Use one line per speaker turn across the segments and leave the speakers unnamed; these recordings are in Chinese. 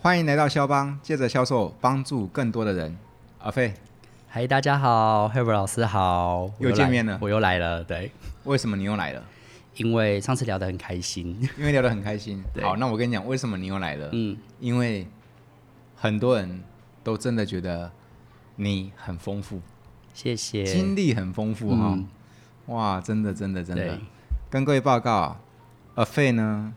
欢迎来到肖邦，借着销售帮助更多的人。阿飞，
嗨，大家好 h e r b e r 老师好，我
又见
来
面了
我又来了，对，
为什么你又来了？
因为上次聊得很开 心，
因为聊得很开心。
对
好，那我跟你讲，为什么你又来了？
嗯，
因为很多人都真的觉得你很丰富，
谢谢，
经历很丰富哈、
嗯
哇，真的，真的，真的
对。
跟各位报告，阿飞呢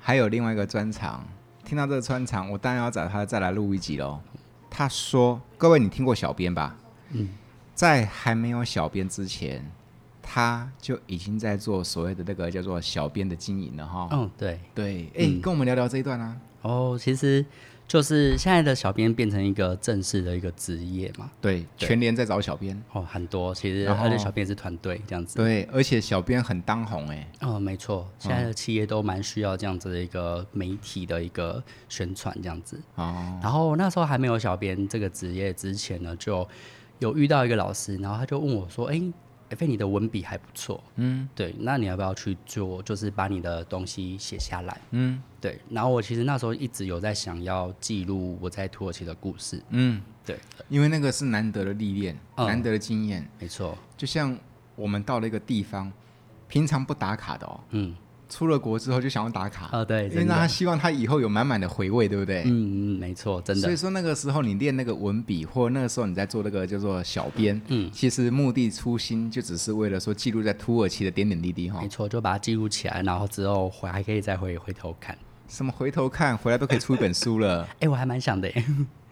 还有另外一个专场。听到这个专场，我当然要找他再来录一集喽。他说：“各位，你听过小编吧？
嗯，
在还没有小编之前，他就已经在做所谓的那个叫做小编的经营了哈。
嗯，对，嗯
对，哎、跟我们聊聊这一段啊。
哦，其实就是现在的小编变成一个正式的一个职业嘛，
对，
对
全联在找小编。
哦，很多，其实
然后
而且小编也是团队这样子，
对，而且小编很当红哎、
哦，没错，现在的企业都蛮需要这样子的一个媒体的一个宣传这样子，
哦，
然后那时候还没有小编这个职业之前呢，就有遇到一个老师，然后他就问我说：“哎、菲，你的文笔还不错，嗯，对，那你要不要去做？就是把你的东西写下来，
嗯
对。”然后我其实那时候一直有在想要记录我在土耳其的故事，
嗯，
对，
因为那个是难得的历练，
嗯
难得的经验。
没错，
就像我们到了一个地方，平常不打卡的哦，
嗯，
出了国之后就想要打卡，
啊、对，
因为
真的
那，他希望他以后有满满的回味，对不对？
嗯嗯，没错，真
所
的
以，说那个时候你练那个文笔，或那个时候你在做那个叫做小编，
嗯，
其实目的初心就只是为了说记录在土耳其的点点滴滴哈
没。错，就把它记录起来，然后之后回还可以再回回头看。
什么回头看回来都可以出一本书 了，
哎、我还蛮想的耶，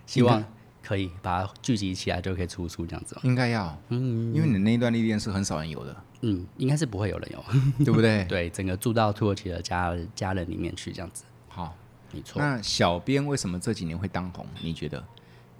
希望可以把它聚集起来，就可以出书这样子哦。
应该要，嗯，因为你那一段历练是很少人有的，
嗯，应该是不会有人有。
对不 对？
对，整个住到土耳其的家家人里面去这样子，
好，
没错。
那小编为什么这几年会当红？你觉得？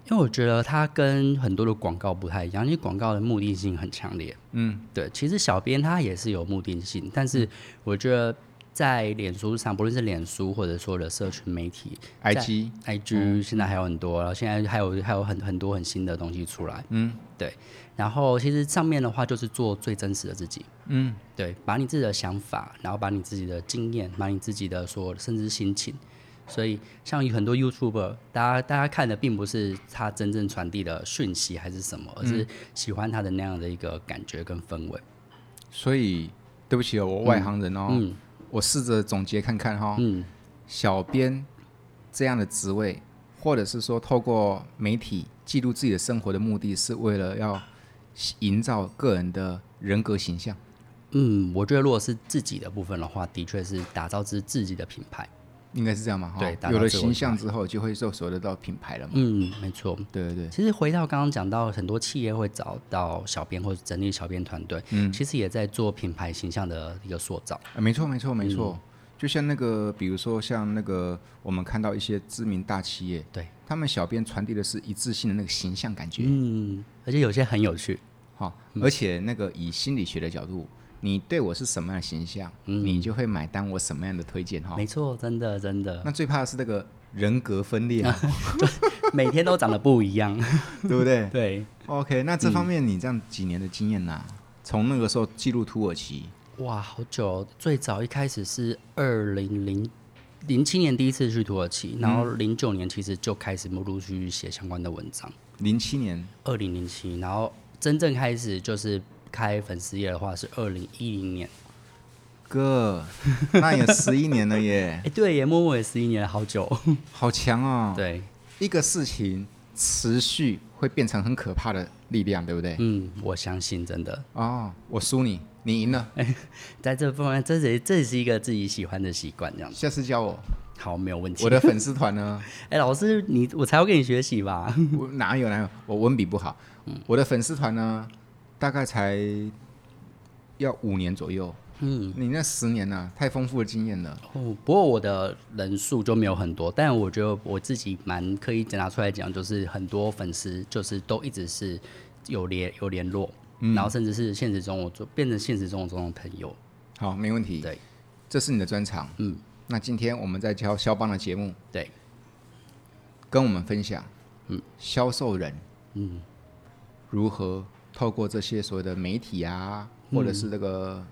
因为我觉得它跟很多的广告不太一样，因为广告的目的性很强烈。
嗯，
对，其实小编他也是有目的性，但是我觉得在脸书上，不论是脸书或者说的社群媒体、在
IG
IG，现在还有很多，然后现在还有还有很很多很新的东西出来。嗯，对。然后其实上面的话就是做最真实的自己。
嗯，
对，把你自己的想法，然后把你自己的经验，把你自己的所有甚至心情。所以，像有很多 YouTuber，大家大家看的并不是他真正传递的讯息还是什么，而是喜欢他的那样的一个感觉跟氛围。
所以对不起哦，我外行人哦，
嗯
我试着总结看看哈、
嗯，
小编这样的职位，或者是说透过媒体记录自己的生活的目的，是为了要营造个人的人格形象。
嗯，我觉得如果是自己的部分的话，的确是打造自自己的品牌。
应该是这样嘛？哈
对打造
有了
自我
形象之后，就会受所谓的到品牌了嘛。
嗯，没错。
对对对，
其实回到刚刚讲到，很多企业会找到小编或者整理小编团队，嗯，其实也在做品牌形象的一个塑造。
啊没错没错没错。
嗯
就像那个，比如说像那个，我们看到一些知名大企业，
对，
他们小编传递的是一致性的那个形象感觉，
嗯，而且有些很有趣。
好、而且那个以心理学的角度，你对我是什么样的形象，你就会买单我什么样的推荐哈、
嗯没错，真的真的，
那最怕的是那个人格分裂 嘛，
每天都长得不一样。
对不对
对，嗯
？OK，那这方面你这样几年的经验呐、从那个时候记录土耳其，
哇，好久哦、最早一开始是二零零零七年第一次去土耳其，然后零九年其实就开始陆陆续续写相关的文章。
零七年，
二零零七，然后真正开始就是开粉丝页的话是二零一零年。
哥，那有十一年了耶
哎、，对耶，默默也十一年了，好久哦。
好强哦！
对，
一个事情持续会变成很可怕的力量，对不对？
嗯，我相信真的，
哦，我输你，你赢了，
在这方面，这也这也是一个自己喜欢的习惯，这样子。
下次教我。
好，没有问题。
我的粉丝团呢？
哎、老师，你我才要跟你学习吧？
我哪有哪有，我文笔不好。我的粉丝团呢，大概才要五年左右。嗯，你那十年呢、太丰富的经验了。
哦，不过我的人数就没有很多，但我觉得我自己蛮刻意拿出来讲，就是很多粉丝就是都一直是有联有联络，
嗯
然后甚至是现实中我就变成现实中我中的朋友。
好，没问题。
对，
这是你的专长。
嗯，
那今天我们在教肖邦的节目，
对，
跟我们分享，嗯，销售人，嗯，如何透过这些所谓的媒体啊，或者是这个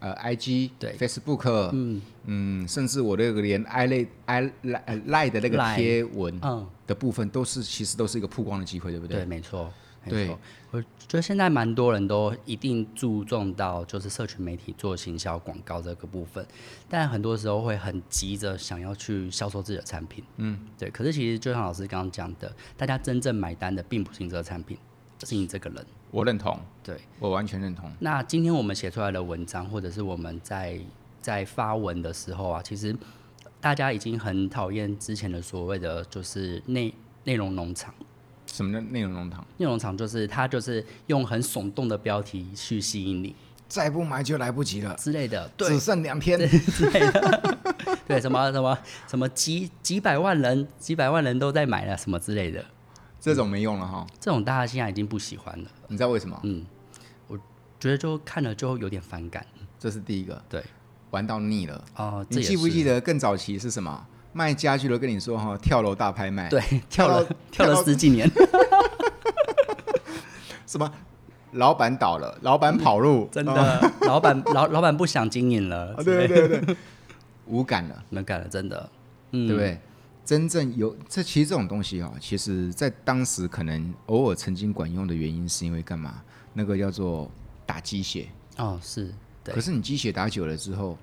呃 IG、
嗯对
Facebook，嗯甚至我那个连 i 类 i 赖呃赖的那个
Line
贴文
嗯，
的部分，都是其实都是一个曝光的机会，对不对？
对，没错，没
对
错。我觉得现在蛮多人都一定注重到就是社群媒体做行销广告这个部分，但很多时候会很急着想要去销售自己的产品。嗯，对。可是其实就像老师刚刚讲的，大家真正买单的并不是你这个产品，而是你这个人。
我认同，
对。
我完全认同。
那今天我们写出来的文章，或者是我们在在发文的时候啊，其实大家已经很讨厌之前的所谓的就是内内容农场。
什么叫内容农场？
内容场就是它就是用很耸动的标题去吸引你
再不买就来不及了，
之类的，
只剩两天。
对什么什么什么几几百万人几百万人都在买了啊什么之类的，
这种没用了哈，
这种大家现在已经不喜欢了，
你知道为什么？
嗯觉得就看了就有点反感，
这是第一个，
对，
玩到腻了。
哦、这
你
也
记不
是
记得更早期是什么？卖家具的跟你说哈，跳楼大拍卖，
对 跳了
跳
跳
到
了十几年，
什么老板倒了，老板跑路，
真
啊
的， 老板老老板不想经营了，
啊对对对 对，无感了，
没感了，真的，
对
嗯，
不对？真正有这其实这种东西哦，其实在当时可能偶尔曾经管用的原因，是因为干嘛？那个叫做打鸡血，
哦，是对
可，是你鸡血打久了之后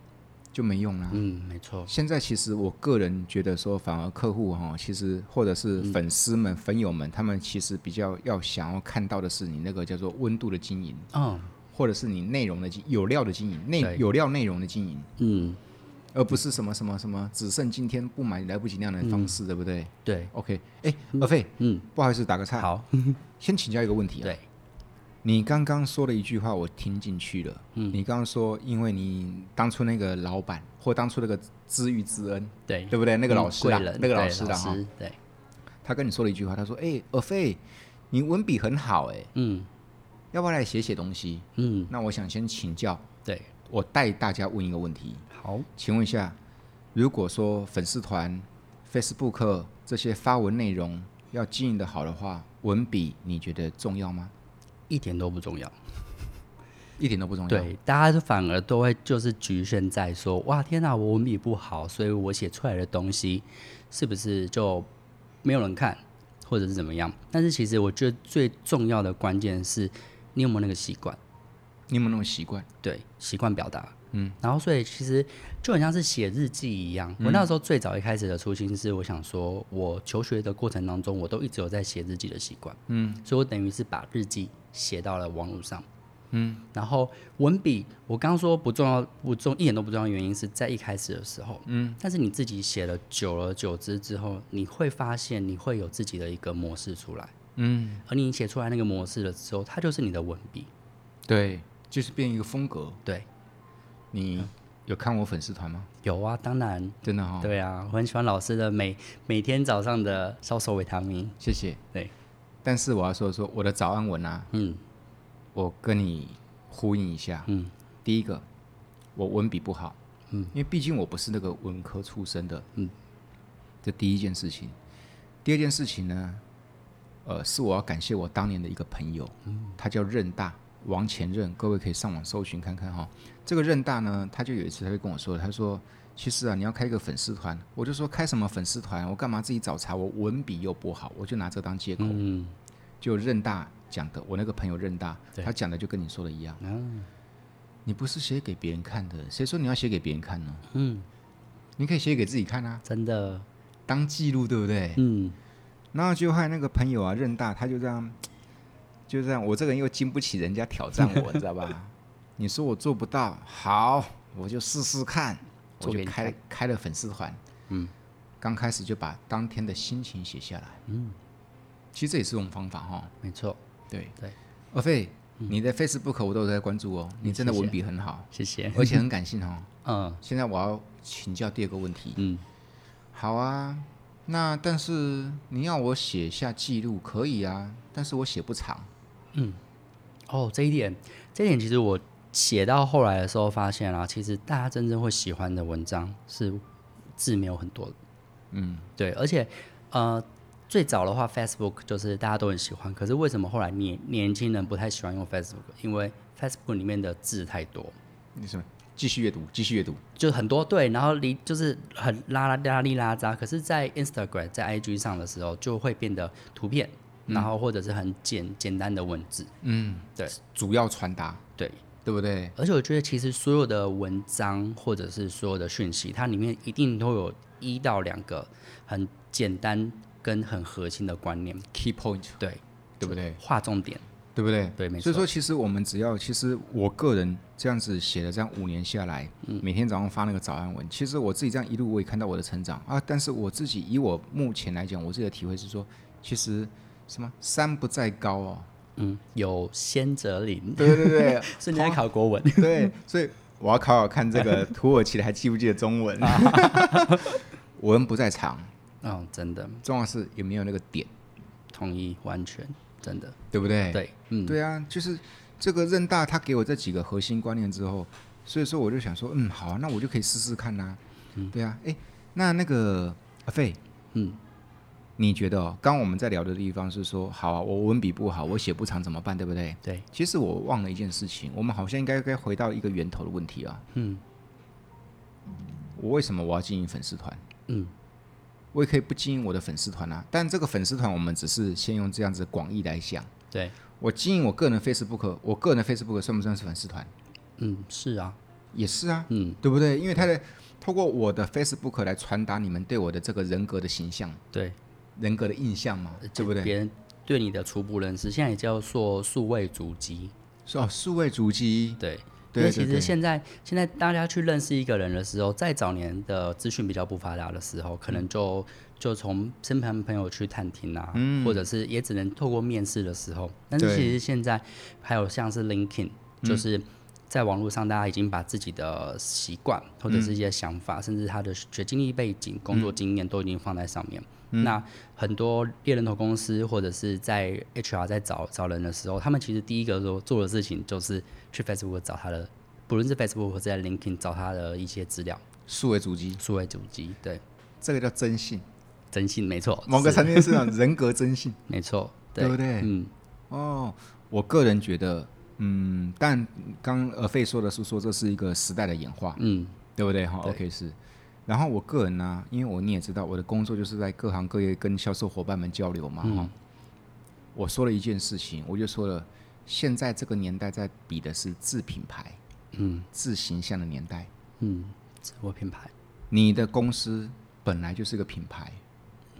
就没用啦。
嗯，没错，
现在其实我个人觉得说，反而客户哈，其实或者是
嗯
粉丝们、粉友们，他们其实比较要想要看到的是你那个叫做温度的经营，
嗯
或者是你内容的经有料的经营，内
对
有料内容的经营，
嗯，
而不是什么什么什么只剩今天不买来不及那样的方式，对不对
对，
？OK，哎，阿飞，
嗯，
不好意思，打个岔，
好，
先请教一个问题啊。
对，
你刚刚说的一句话，我听进去了。嗯，你刚刚说，因为你当初那个老板或当初那个知遇之恩，
对，
对不对？那个老
嗯
师
贵
啦，
人
那个
对
老
老
师啦，哈，
师对，
他跟你说了一句话，他说：“哎、尔飞，你文笔很好、哎，
嗯
要不要来写写东西
嗯？”，
那我想先请教，
对，
我带大家问一个问题，
好，
请问一下，如果说粉丝团、Facebook 这些发文内容要经营的好的话，文笔你觉得重要吗？
一点都不重要。
一点都不重要。，
对，大家都反而都会就是局限在说，哇，天哪、我文笔不好，所以我写出来的东西是不是就没有人看，或者是怎么样？但是其实我觉得最重要的关键是你有没有那个习惯。
你有没有那种习惯？
对，习惯表达。嗯，然后所以其实就很像是写日记一样。我那时候最早一开始的初心是，我想说，我求学的过程当中，我都一直有在写日记的习惯。嗯，所以我等于是把日记写到了网络上。嗯，然后文笔，我刚刚说不重要，不重一点都不重要，原因是在一开始的时候。嗯，但是你自己写了久而久之之后，你会发现你会有自己的一个模式出来。嗯，而你写出来那个模式了之后，它就是你的文笔。
对，就是变一个风格。
对，
你有看我粉丝团吗？
有啊，当然。
真的哈、哦，
对啊，我很喜欢老师的每每天早上的销售维他命。
谢谢。
对，
但是我要说说我的早安文啊，
嗯
我跟你呼应一下。
嗯，
第一个，我文笔不好，嗯，因为毕竟我不是那个文科出身的，嗯，这第一件事情。第二件事情呢，呃，是我要感谢我当年的一个朋友，
嗯
他叫任大王前任，各位可以上网搜寻看看哈、这个任大呢，他就有一次他就跟我说，他说。其实啊，你要开一个粉丝团，我就说开什么粉丝团，我干嘛自己找茬？我文笔又不好，我就拿这当借口。
嗯，
就任大讲的，我那个朋友任大，
对啊
他讲的就跟你说的一样。你不是写给别人看的，谁说你要写给别人看呢？嗯，你可以写给自己看啊，
真的，
当记录，对不对？
嗯，
然后就害那个朋友啊，任大，他就这样，就这样，我这个人又经不起人家挑战 我，你知道吧？你说我做不到，好，我就试试看，我
做给
就
你
开
看
开了粉丝团，嗯，刚开始就把当天的心情写下来，嗯，其实这也是一种方法哈、
没错，
对嗯
对，
阿飞，你的 Facebook 我都有在关注哦，你真的
谢谢
文笔很 好，
谢谢。
而且很感性哦。
嗯
现在我要请教第二个问题。
嗯，
好啊，那但是你要我写下记录可以啊，但是我写不长。
哦，这一点，这一点其实我写到后来的时候发现啊，其实大家真正会喜欢的文章是字没有很多的。嗯，对，而且呃，最早的话，Facebook 就是大家都很喜欢，可是为什么后来年年轻人不太喜欢用 Facebook？因为 Facebook 里面的字太多。
你什么？继续阅读，继续阅读。
就很多对，然后离就是很拉拉拉里拉扎，可是，在 Instagram 在 IG 上的时候，就会变得图片，然后或者是很简简单的文字，
嗯，
对，
主要传达，
对。
对不对？
而且我觉得，其实所有的文章或者是所有的讯息，它里面一定都有一到两个很简单跟很核心的观念，
？Key point，
对，
对不对？
划重点，
对不对？
对，没
所
错
以，说，其实我们只要，其实我个人这样子写了，这样五年下来，
嗯
每天早上发那个早安文，其实我自己这样一路我也看到我的成长啊。但是我自己以我目前来讲，我自己的体会是说，其实什么山不在高哦，
嗯，有先者领，
对对 对
瞬间在考国 文，
对 对，所以我要考考看这个土耳其的还记不记得中文，
啊
文不在长，
嗯，真的
重要是有没有那个点，
同意，完全真的，
对不对？
对，嗯，
对啊，就是这个任大他给我这几个核心观念之后，所以说我就想说，嗯，好啊、那我就可以试试看呐、对啊，哎，那那个阿飞，
嗯，
你觉得哦，刚刚我们在聊的地方是说，好啊，我文笔不好，我写不长怎么办，对不对？
对，
其实我忘了一件事情，我们好像应该该回到一个源头的问题啊。嗯，我为什么我要经营粉丝团？
嗯，
我也可以不经营我的粉丝团啊，但这个粉丝团我们只是先用这样子广义来想。
对，
我经营我个人 Facebook，我个人 Facebook 算不算是粉丝团？
嗯，是啊，
也是啊，
嗯，
对不对？因为他在透过我的 Facebook 来传达你们对我的这个人格的形象、
对，
人格的印象嘛，对不对？
呃别人对你的初步认识，现在也叫做数位足迹，
是哦，数位足迹，
对，因
对
为其
对
实
对，
现在现在大家去认识一个人的时候，在早年的资讯比较不发达的时候，可能就就从身旁朋友去探听啊，或者是也只能透过面试的时候。但是
嗯对嗯
其实现在还有像是 LinkedIn，就是在网络上大家已经把自己的习惯或者是一些想
嗯
法，甚至他的学经历背景、工作经验都已经放在上面。
嗯
那很多猎人头公司或者是在 HR 在找找人的时候，他们其实第一个做做的事情就是去 Facebook 找他的，不论是 Facebook 或者在 LinkedIn 找他的一些资料，
数位足迹，
数位主机，对，
这个叫征信。
征信没错，
某个
是
层面是那种人格征 信，
没错，
对不对？
嗯，
哦，我个人觉得，嗯，但刚呃费说的是说这是一个时代的演化，
嗯，
对不对？哈
对
，OK 是。然后我个人呢、因为我你也知道，我的工作就是在各行各业跟销售伙伴们交流嘛。啊
嗯
哈、我说了一件事情，我就说了，现在这个年代在比的是自品牌，嗯，自形象的年代。
嗯，自我品牌，
你的公司本来就是个品牌，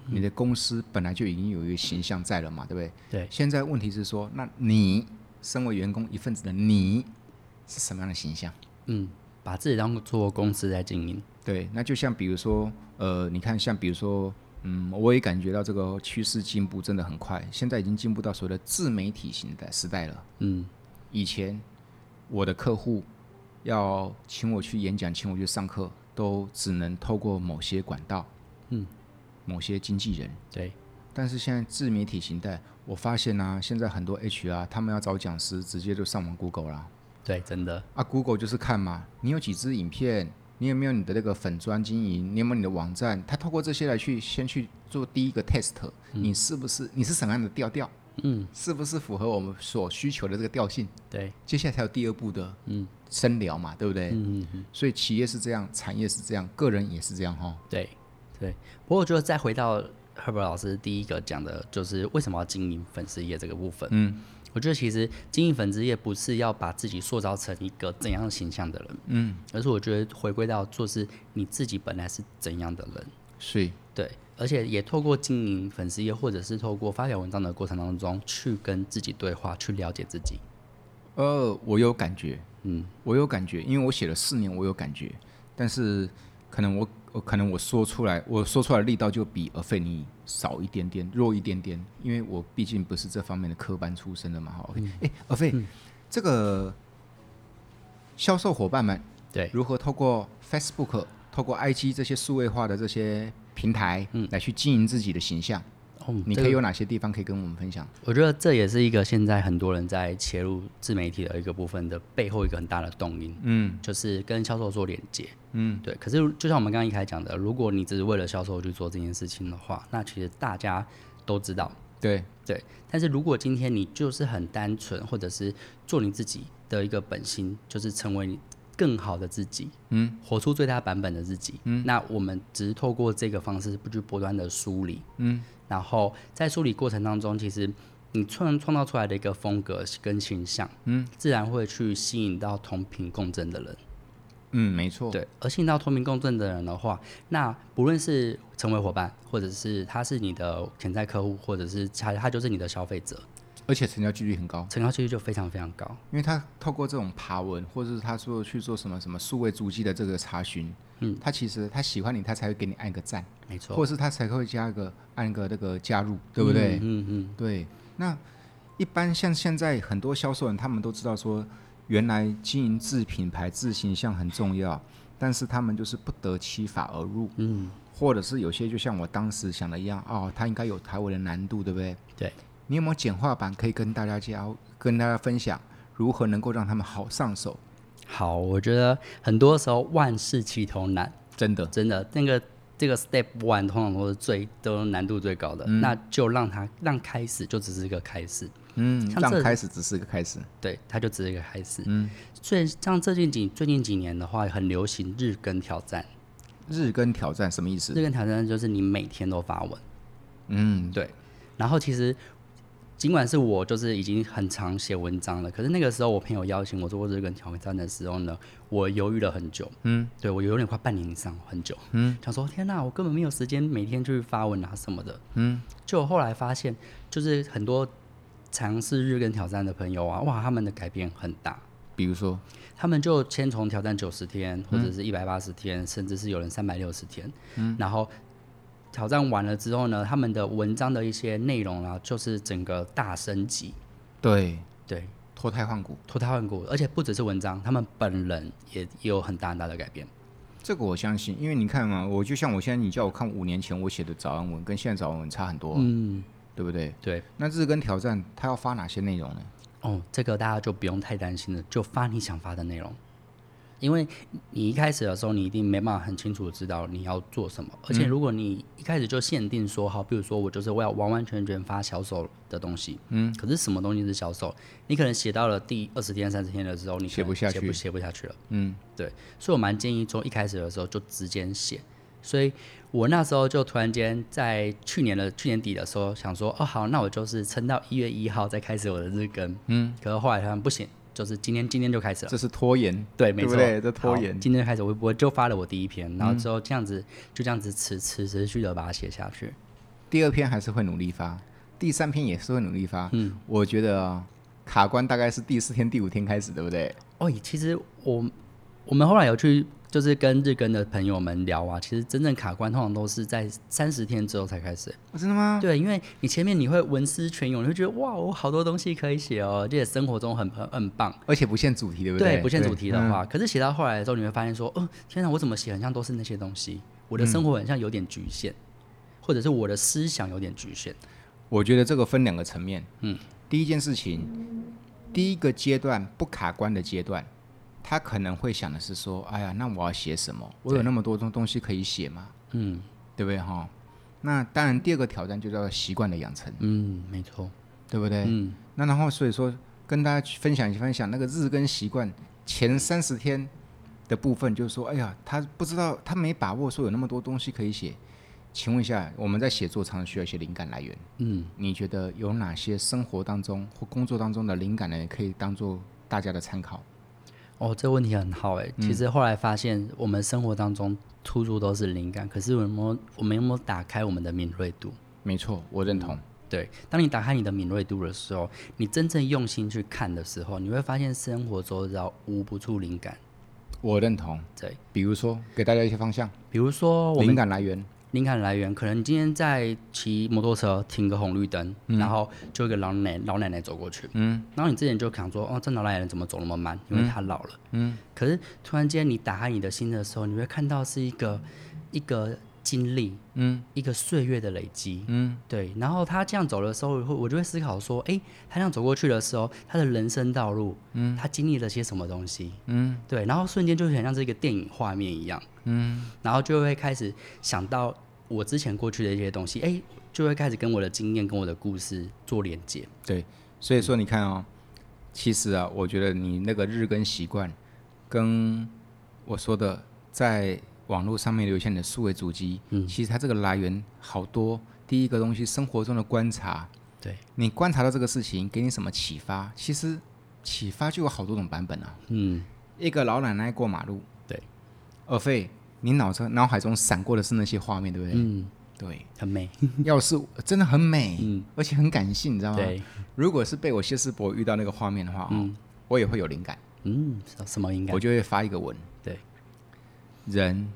嗯
你的公司本来就已经有一个形象在了嘛，对不对？
对，
现在问题是说，那你身为员工一份子的你是什么样的形象？
嗯，把自己当做公司在经营，
对，那就像比如说，呃，你看，像比如说，嗯，我也感觉到这个趋势进步真的很快，现在已经进步到所谓的自媒体型的时代了。
嗯，
以前我的客户要请我去演讲，请我去上课，都只能透过某些管道，嗯，某些经纪人，
对，
但是现在自媒体形态，我发现呢、现在很多 HR 他们要找讲师，直接就上网 Google 啦。
对，真的，
啊，Google 就是看嘛，你有几支影片，你有没有你的那个粉砖经营，你有没有你的网站，他透过这些来去先去做第一个 test，、你是不是你是什么样的调调，嗯，是不是符合我们所需求的这个调性？
对，
接下来才有第二步的嗯深聊嘛，对不对？嗯嗯所以企业是这样，产业是这样，个人也是这样哈。
对，对。不过我觉得再回到 Herbert 老师第一个讲的，就是为什么要经营粉丝业这个部分。
嗯，
我觉得其实经营粉丝业不是要把自己塑造成一个怎样形象的人，
嗯，
而是我觉得回归到做是你自己本来是怎样的人。
所以
对，而且也透过经营粉丝业，或者是透过发表文章的过程当中，去跟自己对话，去了解自己。
呃，我有感觉，
嗯，
我有感觉，因为我写了四年，我有感觉，但是可能我我可能我说出来，我说出来的力道就比尔费尼少一点点，弱一点点，因为我毕竟不是这方面的科班出身的嘛。哈，OK，哎、
嗯
尔费，这个销售伙伴们
对，
如何透过 Facebook、透过 IG 这些数位化的这些平台，嗯，来去经营自己的形象，
哦，
你
这
可以
个
有哪些地方可以跟我们分享？
我觉得这也是一个现在很多人在切入自媒体的一个部分的背后一个很大的动因，
嗯
就是跟销售做连接。
嗯，
对。可是就像我们刚刚一开始讲的，如果你只是为了销售去做这件事情的话，那其实大家都知道，
对，
对。但是如果今天你就是很单纯，或者是做你自己的一个本心，就是成为你更好的自己，嗯，活出最大版本的自己，嗯，那我们只是透过这个方式不去不断的梳理，嗯，然后在梳理过程当中，其实你创创造出来的一个风格跟形象，嗯，自然会去吸引到同频共振的人，
嗯，没错，
对，而吸引到同频共振的人的话，那不论是成为伙伴，或者是他是你的潜在客户，或者是他他就是你的消费者，
而且成交几率很高，
成交几率就非常非常高。
因为他透过这种爬文，或者是他说去做什么什么数位足迹的这个查询，嗯，他其实他喜欢你，他才会给你按个赞，
没错，
或者是他才会加个按个那个加入，对不对？
嗯嗯
对，那一般像现在很多销售人，他们都知道说，原来经营自品牌、自形象很重要，但是他们就是不得其法而入，
嗯，
或者是有些就像我当时想的一样，哦，他应该有台湾的难度，对不对？
对，
你有没有简化版可以跟大家教、跟大家分享，如何能够让他们好上手？
好，我觉得很多时候万事起头难，
真的，
真的，那个这个 step one 通常都是最都难度最高的，那就让它让开始就只是一个开始，
嗯，
像
让
这
开始只是个开始，
对，它就只是一个开始。
嗯，
最像最近几最近几年的话，很流行日更挑战，
日更挑战什么意
日
思？
更挑战就是你每天都发文，
嗯，
对，然后其实。尽管是我就是已经很常写文章了，可是那个时候我朋友邀请我做过日更挑战的时候呢，我犹豫了很久，
嗯
对我有点快半年以上，很久。
嗯，
想说天哪、我根本没有时间每天去发文啊什么的。
嗯，
就后来发现，就是很多尝试日更挑战的朋友啊，哇，他们的改变很大。
比如说，
他们就先从挑战九十天，或者是一百八十天，甚至是有人三百六十天。嗯，然后挑战完了之后呢，他们的文章的一些内容啊，就是整个大升级。
对，
对，
脱胎换骨，
脱胎换骨，而且不只是文章，他们本人也也有很大很大的改变。
这个我相信，因为你看嘛，我就像我现在，你叫我看五年前我写的早安文，跟现在早安文差很多，
嗯，
对不对？
对，
那日更挑战它要发哪些内容呢？
哦，这个大家就不用太担心了，就发你想发的内容。因为你一开始的时候，你一定没办法很清楚地知道你要做什么，
嗯
而且如果你一开始就限定说好，比如说我就是我要完完全全发销售的东西，嗯，可是什么东西是销售？你可能写到了第二十天、三十天的时候，你可能
写不下
写不
去
写不下去了。
嗯，
对，所以我蛮建议从一开始的时候就直接写。所以我那时候就突然间在去年的去年底的时候想说，哦好，那我就是撑到一月一号再开始我的日更。嗯，可是后来他们不行，就是今天今天就开始了。
这是拖延，
对，没
对不
错，
对这拖
好
延
今天开始我我就发了我第一篇，然后之后这样子、就这样子持持持续的把它写下去。
第二篇还是会努力发，第三篇也是会努力发。嗯，我觉得啊卡关大概是第四天、第五天开始，对不对？
哦，其实我我们后来有去就是跟日更的朋友们聊啊，其实真正卡关通常都是在三十天之后才开始。
哦真的吗？
对，因为你前面你会文思泉涌，你会觉得哇，我好多东西可以写哦，而且生活中很很很棒。
而且不限主题，对不
对，
对，
不限主题的
嗯
话，可是写到后来的时候，你会发现说，嗯、天哪，我怎么写很像都是那些东西，我的生活很像有点局限，
嗯
或者是我的思想有点局限。
我觉得这个分两个层面。嗯，第一件事情，第一个阶段不卡关的阶段，他可能会想的是说，哎呀，那我要写什么？我有那么多东东西可以写吗？
嗯
对不对哈？那当然，第二个挑战就叫做习惯的养成，
嗯，没错，
对不对？
嗯，
那然后所以说，跟大家去分享一分享那个日更习惯前三十天的部分，就是说，哎呀，他不知道，他没把握说有那么多东西可以写。请问一下，我们在写作常常需要一些灵感来源，
嗯，
你觉得有哪些生活当中或工作当中的灵感来源可以当做大家的参考？
哦，这问题很好哎。
嗯
其实后来发现，我们生活当中处处都是灵感，可是我们有没有我们有没有打开我们的敏锐度？
没错，我认同。
对，当你打开你的敏锐度的时候，你真正用心去看的时候，你会发现生活周遭无不处灵感。
我认同。
对，
比如说，给大家一些方向，
比如说我
灵
们
感来源。
灵感来源，可能今天在骑摩托车停个红绿灯，然后就有一个老奶老奶奶走过去，
嗯，
然后你之前就想说，哦，这老奶奶怎么走那么慢？因为她老了，嗯。可是突然间你打开你的心的时候，你会看到是一个一个经历，
嗯，
一个岁月的累积，
嗯，
对。然后他这样走的时候，我会我就会思考说，诶，他这样走过去的时候，他的人生道路，嗯，他经历了些什么东西，
嗯，
对。然后瞬间就很像是一个电影画面一样，嗯。然后就会开始想到我之前过去的一些东西，诶，就会开始跟我的经验、跟我的故事做连接。
对，所以说你看哦，其实啊，我觉得你那个日更习惯跟我说的在网络上面留下你的数位足迹，嗯，其实它这个来源好多。第一个东西，生活中的观察，
对
你观察到这个事情，给你什么启发？其实启发就有好多种版本啊。
嗯，
一个老奶奶过马路，
对，
二费，你脑子脑海中闪过的是那些画面，对不对？
嗯，
对，
很美，
要是真的很美，而且很感性，你知道吗？
嗯对，
如果是被我谢世博遇到那个画面的话，哦，我也会有灵感，
嗯，什什么应该
我就会发一个文：
对，
人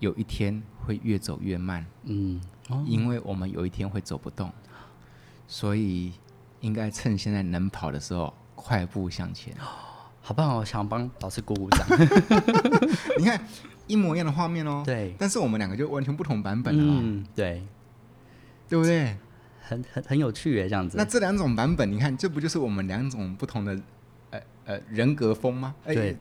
有一天会越走越慢，
嗯，哦，
因为我们有一天会走不动，所以应该趁现在能跑的时候快步向 前。
好棒哦，想帮老师鼓鼓掌，
你看一模一样的画面哦，
对，
但是我们两个就完全不同版本啊了嘛，
嗯，对，
对不对？
很很很有趣耶，这样子
那，这两种版本，你看，这不就是我们两种不同的呃呃人格风吗？哎
对，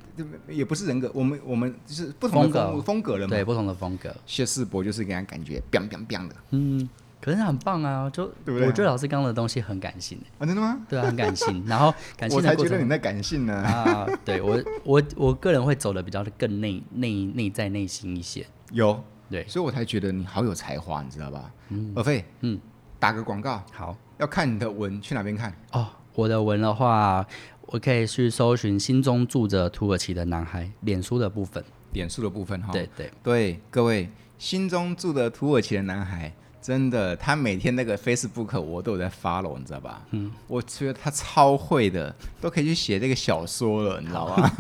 也也不是人格，我们我们就是不同的
风格
风风格了嘛
对，。不同的风格，
谢世博就是给人家感觉 biang biang biang 的
嗯，可是很棒啊，就
对不对
我觉得老师刚刚的东西很感性耶，
啊，真的吗？
对啊，很 感性，然后感性
我
的
才
过
觉得
程
你在感性呢，
啊，对我我我个人会走的比较更内内内在内心一些，
有，
对，
所以我才觉得你好有才华，你知道吧？尔飞，
嗯，
打个广告，
好。
要看你的文去哪边看？
哦，我的文的话，我可以去搜寻“心中住着土耳其的男孩”脸书的部分。
点数的部分哈。
对对，
对，各位心中住的土耳其的男孩，真的，他每天那个 Facebook 我都有在 follow，你知道吧？嗯，我觉得他超会的，都可以去写这个小说了，你知道吧？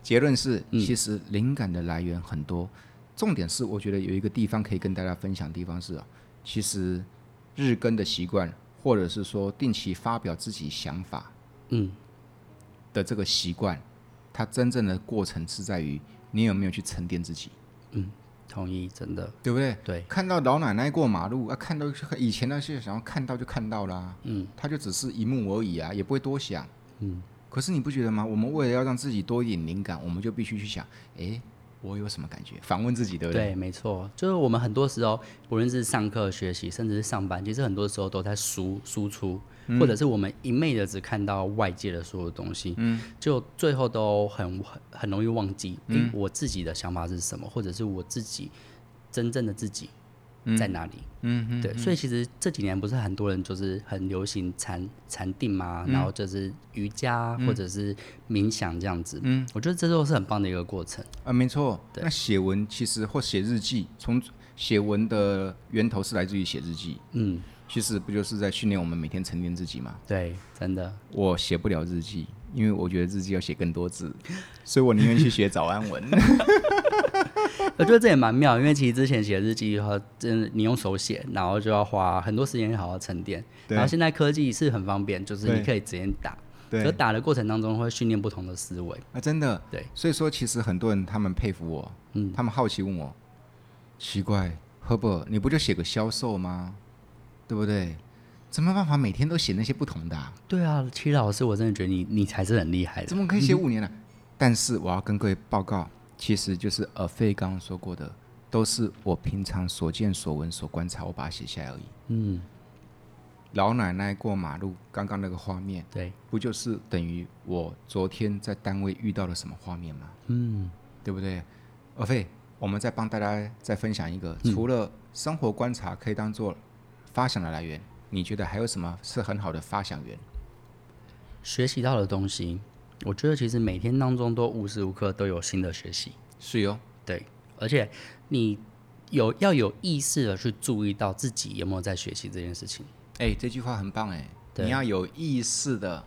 结论是，其实灵感的来源很多，重点是我觉得有一个地方可以跟大家分享的地方是啊，其实日更的习惯，或者是说定期发表自己想法，
嗯，
的这个习惯，它真正的过程是在于你有没有去沉淀自己，
同意，真的，
对不对？
对，
看到老奶奶过马路啊，看到以前那些想要看到就看到啦，
嗯，
他就只是一幕而已啊，也不会多想，嗯。可是你不觉得吗？我们为了要让自己多一点灵感，我们就必须去想，诶，我有什么感觉？反问自己，对不对？
对，没错，就是我们很多时候，不论是上课、学习，甚至是上班，其实很多时候都在输输出，
嗯
或者是我们一昧的只看到外界的所有东西，嗯，就最后都很很很容易忘记，诶
嗯
我自己的想法是什么，或者是我自己真正的自己在哪里。
嗯哼，
对，所以其实这几年不是很多人就是很流行禅禅定嘛，
嗯
然后就是瑜伽啊或者是冥想这样子。嗯，我觉得这都是很棒的一个过程。
啊，没错。那写文其实或写日记，从写文的源头是来自于写日记，
嗯，
其实不就是在训练我们每天沉淀自己吗？
对，真的。
我写不了日记，因为我觉得日记要写更多字，所以我宁愿去写早安文。
我觉得这也蛮妙，因为其实之前写日记的话，真的你用手写，然后就要花很多时间好好沉淀。
对
然后现在科技是很方便，就是
对
你可以直接打，可
对
打的过程当中会训练不同的思维。
啊，真的。
对，
所以说其实很多人他们佩服我，
嗯
他们好奇问我，奇怪，Herbert，你不就写个销售吗？对不对？怎么办法每天都写那些不同的、啊？
对啊，其实老师，我真的觉得你你才是很厉害
怎
的。
么可以写五年呢、但是我要跟各位报告，其实就是呃，费刚刚说过的，都是我平常所见所闻所观察，我把它写下来而已。
嗯，
老奶奶过马路，刚刚那个画面。
对，
不就是等于我昨天在单位遇到了什么画面吗？
嗯，
对不对？尔飞，我们再帮大家再分享一个，除了生活观察可以当做发想的来源，你觉得还有什么是很好的发想源？
学习到的东西，我觉得其实每天当中都无时无刻都有新的学习，
是哟，
对，而且你有要有意识的去注意到自己有没有在学习这件事情。
哎，这句话很棒哎，
对
你要有意识的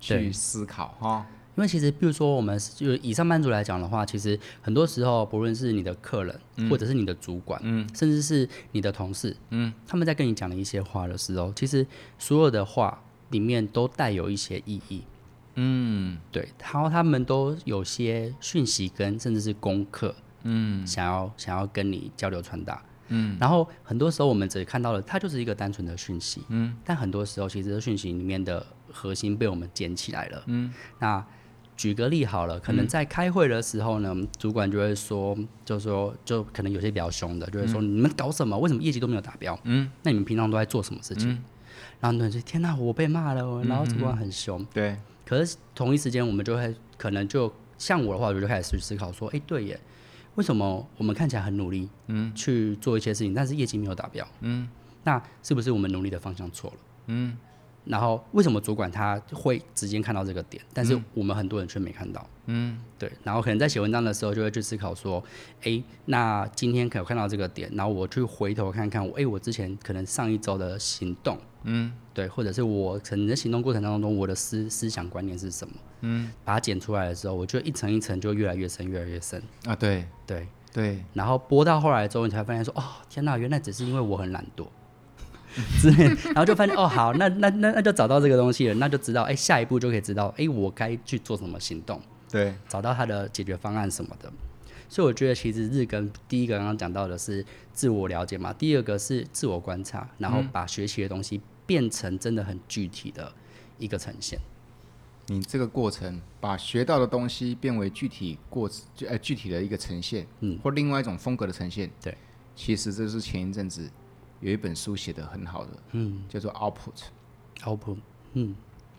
去
对
思考哈。
因为其实，比如说我们就以上班族来讲的话，其实很多时候，不论是你的客人，或者是你的主管，嗯，甚至是你的同事，嗯，他们在跟你讲的一些话的时候，其实所有的话里面都带有一些意义，嗯，对，然后他们都有些讯息跟甚至是功课，嗯，想要想要跟你交流传达。嗯，然后很多时候我们只看到了它就是一个单纯的讯息，嗯，但很多时候其实这讯息里面的核心被我们捡起来了，嗯，那举个例好了，可能在开会的时候呢，主管就会说，就说就可能有些比较凶的，就会说、你们搞什么？为什么业绩都没有达标？嗯，那你们平常都在做什么事情？然后你就说嗯天哪、我被骂了哦，然后主管很凶。
对，
可是同一时间，我们就会可能就像我的话，我就开始去思考说，哎、对耶，为什么我们看起来很努力，嗯，去做一些事情，但是业绩没有达标，嗯，那是不是我们努力的方向错了？嗯，然后为什么主管他会直接看到这个点，但是我们很多人却没看到？嗯，对，然后可能在写文章的时候就会去思考说，哎，那今天可能看到这个点，然后我去回头看看我，哎，我之前可能上一周的行动，嗯，对，或者是我可能在行动过程当中，我的思思想观念是什么，嗯，把它剪出来的时候，我就一层一层就越来越深，越来越深，
啊，对
对，
对，
然后播到后来之后，你才发现说，哦，天哪，原来只是因为我很懒惰。之类的，然后就发现哦，好，那那那那就找到这个东西了，那就知道，哎，下一步就可以知道，哎，我该去做什么行动。
对，
找到他的解决方案什么的。所以我觉得其实日更第一个刚刚讲到的是自我了解嘛，第二个是自我观察，然后把学习的东西变成真的很具体的一个呈现。
你这个过程把学到的东西变为具体过就呃具体的一个呈现，
嗯，
或另外一种风格的呈现。
对，
其实这是前一阵子有一本书写的很好的，
嗯
叫做 Output，
，output，嗯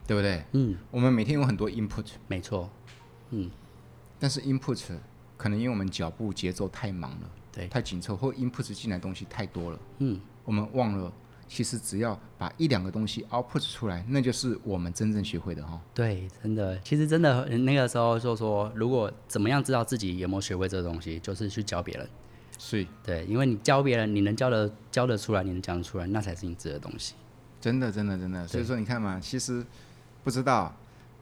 对不对？
嗯，
我们每天有很多 input，
没错，
但是 input 可能因为我们脚步节奏太忙了，
对
太紧凑，或 input 进来的东西太多了，
嗯，
我们忘了，其实只要把一两个东西 output 出来，那就是我们真正学会的哈、
对，真的，其实真的那个时候就说，如果怎么样知道自己有没有学会这个东西，就是去教别人。
所以
对，因为你教别人，你能教的教得出来，你能讲得出来，那才是你自己的东西。
真的，真的，真的。所以说，你看嘛，其实不知道，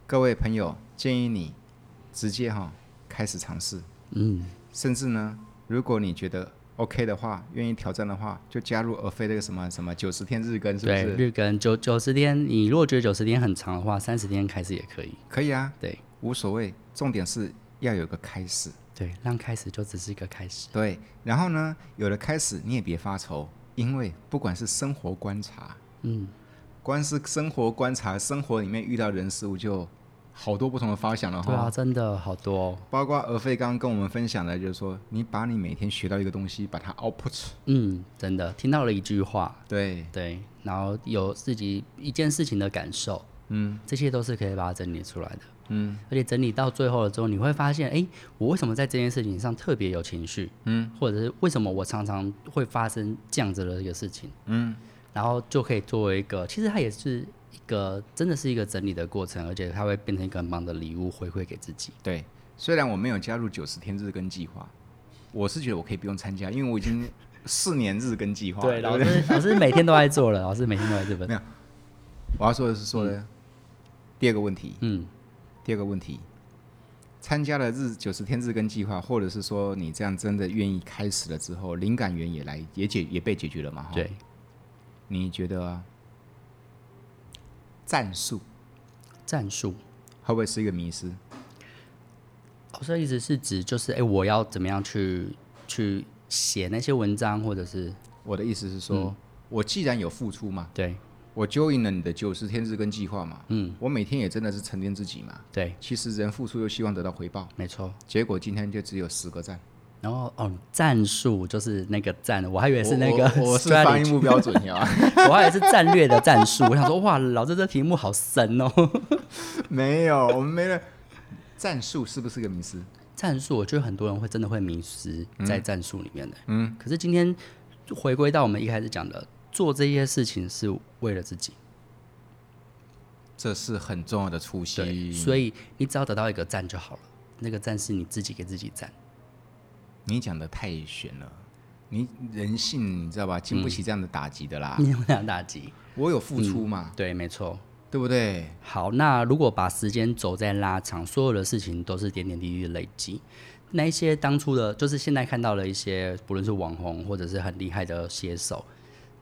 各位朋友，建议你直接哈、开始尝试，
嗯，
甚至呢，如果你觉得 OK 的话，愿意挑战的话，就加入而非这个什么什么九十天日更，是不
对，
是？
日更九九十天，你如果觉得九十天很长的话，三十天开始也可以。
可以啊，
对
无所谓。重点是要有个开始，
对，让开始就只是一个开始。
对。然后呢，有了开始，你也别发愁，因为不管是生活观察，
嗯，
光是生活观察，生活里面遇到人事物就好多不同的发想了哈。
对啊，真的好多、哦。
包括俄费刚刚跟我们分享的，就是说，你把你每天学到一个东西，把它 output，
嗯，真的听到了一句话，
对，
对，然后有自己一件事情的感受，
嗯
这些都是可以把它整理出来的。
嗯
而且整理到最后了之后，你会发现，哎，我为什么在这件事情上特别有情绪，
嗯
或者是为什么我常常会发生这样子的一个事情，
嗯，
然后就可以作为一个，其实它也是一个，真的是一个整理的过程，而且它会变成一个很棒的礼物回馈给自己。
对。虽然我没有加入九十天日更计划，我是觉得我可以不用参加，因为我已经四年日更计划了。对
对，老
不
师
对，
老师每天都在做了，老师每天都在这
没
本。
有我要说的是说的、第二个问题，
嗯，
第二个问题，参加了日九十天日更计划，或者是说你这样真的愿意开始了之后，灵感源也来也解也被解决了嘛？哈。
对，
你觉得啊战术
战术。
会不会是一个迷失？
老师的意思是指就是，哎、我要怎么样去去写那些文章，或者是
我的意思是
嗯
说，我既然有付出嘛，
对
我 join 了你的九十天日更计划嘛，
嗯，
我每天也真的是沉淀自己嘛。
对，
其实人付出又希望得到回报，
没错。
结果今天就只有十个赞。
然后哦，战术就是那个战，我还以为是那个
我我我是
strategy
发音不标准呀，
我还以为是战略的战术。我想说，哇，老师这题目好深哦。
没有，我们没了。战术是不是个迷失？
战术，我觉得很多人会真的会迷失在战术里面的。
嗯，
可是今天回归到我们一开始讲的，做这些事情是为了自己，
这是很重要的初
对，
心。
所以你只要得到一个赞就好了。那个赞是你自己给自己赞，
你讲的太玄了，你人性你知道吧？经
嗯
不起这样的打击的啦。
你有两打击。
我有付出嘛，
对，没错。
对不对？
好，那如果把时间轴再拉长，所有的事情都是点点滴滴的累积。那一些当初的，就是现在看到了一些，不论是网红或者是很厉害的写手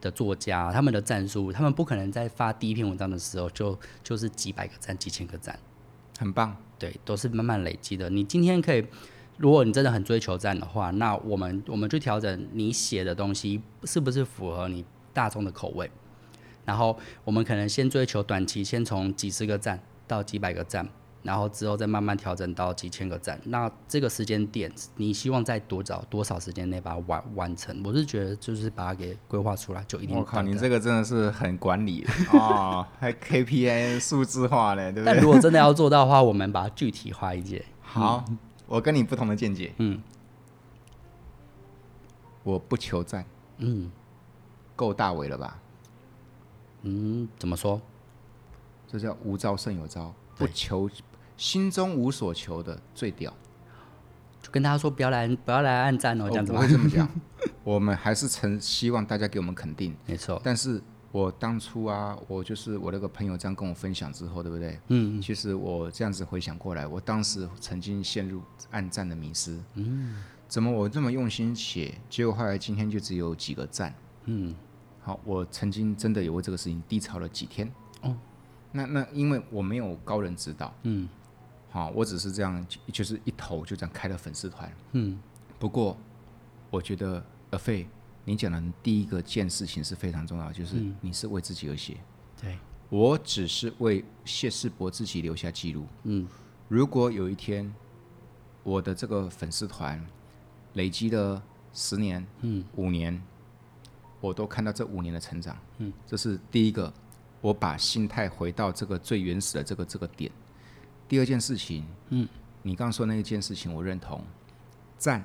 的作家，他们的战术，他们不可能在发第一篇文章的时候就就是几百个赞、几千个赞，
很棒，
对，都是慢慢累积的。你今天可以，如果你真的很追求赞的话，那我们我们去调整你写的东西是不是符合你大众的口味，然后我们可能先追求短期，先从几十个赞到几百个赞，然后之后再慢慢调整到几千个赞。那这个时间点，你希望在多少多少时间内把它完完成？我是觉得就是把它给规划出来，就一定
我靠，
到
你
的
这个真的是很管理哦，还 KPI 数字化呢，对不
但
对？
嗯如果真的要做到的话，我们把它具体化一些。
好，我跟你不同的见解。嗯，我不求赞。嗯，够大伟了吧？
嗯，怎么说？
这叫无招胜有招，不
对
求心中无所求的最屌。
就跟大家说不要来不要来暗赞哦，这样子
我不
吗
会？这么讲，我们还是曾希望大家给我们肯定。
没错，
但是我当初啊，我就是我那个朋友这样跟我分享之后，对不对？嗯，其实我这样子回想过来，我当时曾经陷入暗赞的迷失。嗯，怎么我这么用心写，结果后来今天就只有几个赞？嗯，好，我曾经真的有为这个事情低潮了几天。
哦，
那那因为我没有高人指导，嗯，好，我只是这样，就就是一头就这样开了粉丝团。嗯，不过我觉得阿费。你讲的第一个件事情是非常重要的，就是你是为自己而写。
对，
我只是为谢世博自己留下记录。嗯，如果有一天我的这个粉丝团累积了十年、嗯，五年，我都看到这五年的成长。嗯，这是第一个，我把心态回到这个最原始的这个这个点。第二件事情，嗯，你刚刚说那一件事情，我认同，赞，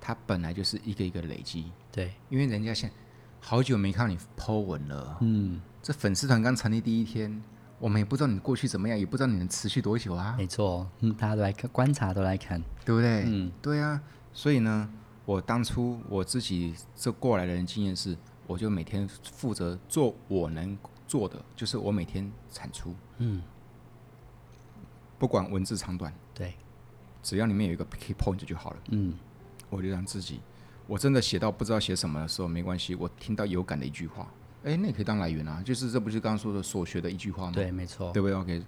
它本来就是一个一个累积。
对，
因为人家现好久没看到你 Po 文了，嗯，这粉丝团刚成立第一天，我们也不知道你过去怎么样，也不知道你能持续多久啊，
没错，嗯，大家都来看观察，都来看，
对不对？嗯，对啊，所以呢，我当初我自己这过来的人经验是，我就每天负责做我能做的，就是我每天产出，嗯，不管文字长短。
对，
只要里面有一个 key point 就好了。
嗯，
我就让自己，我真的写到不知道写什么的时候，没关系，我听到有感的一句话，哎，那也可以当来源啊。就是这不是刚刚说的所学的一句话吗？
对，没错，
对不对？OK，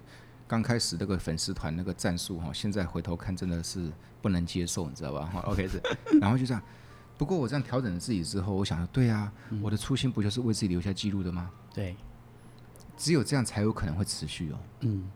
刚开始那个粉丝团那个战术哈，现在回头看真的是不能接受，你知道吧？哈，OK 是， 然后就这样。不过我这样调整了自己之后，我想说，对啊，我的初心不就是为自己留下记录的吗？
对，
只有这样才有可能会持续哦。嗯，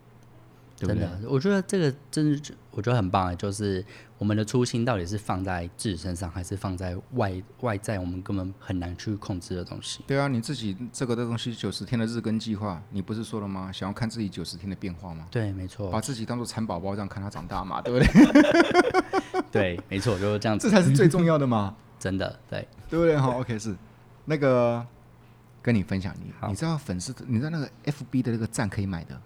对不
真
对？
的，我觉得这个真是我觉得很棒，就是我们的初心到底是放在自己身上，还是放在外外在我们根本很难去控制的东西？
对啊，你自己这个的东西，九十天的日更计划，你不是说了吗？想要看自己九十天的变化吗？
对，没错
把，自己当做蚕宝宝，这样看它长大嘛，对不 对？
对，没错，就是这样
这
子，
才是最重要的嘛，
真的，对，
对不对？好，OK，是那个跟你分享，你
好
你知道粉丝，你知道那个 FB 的那个站可以买的，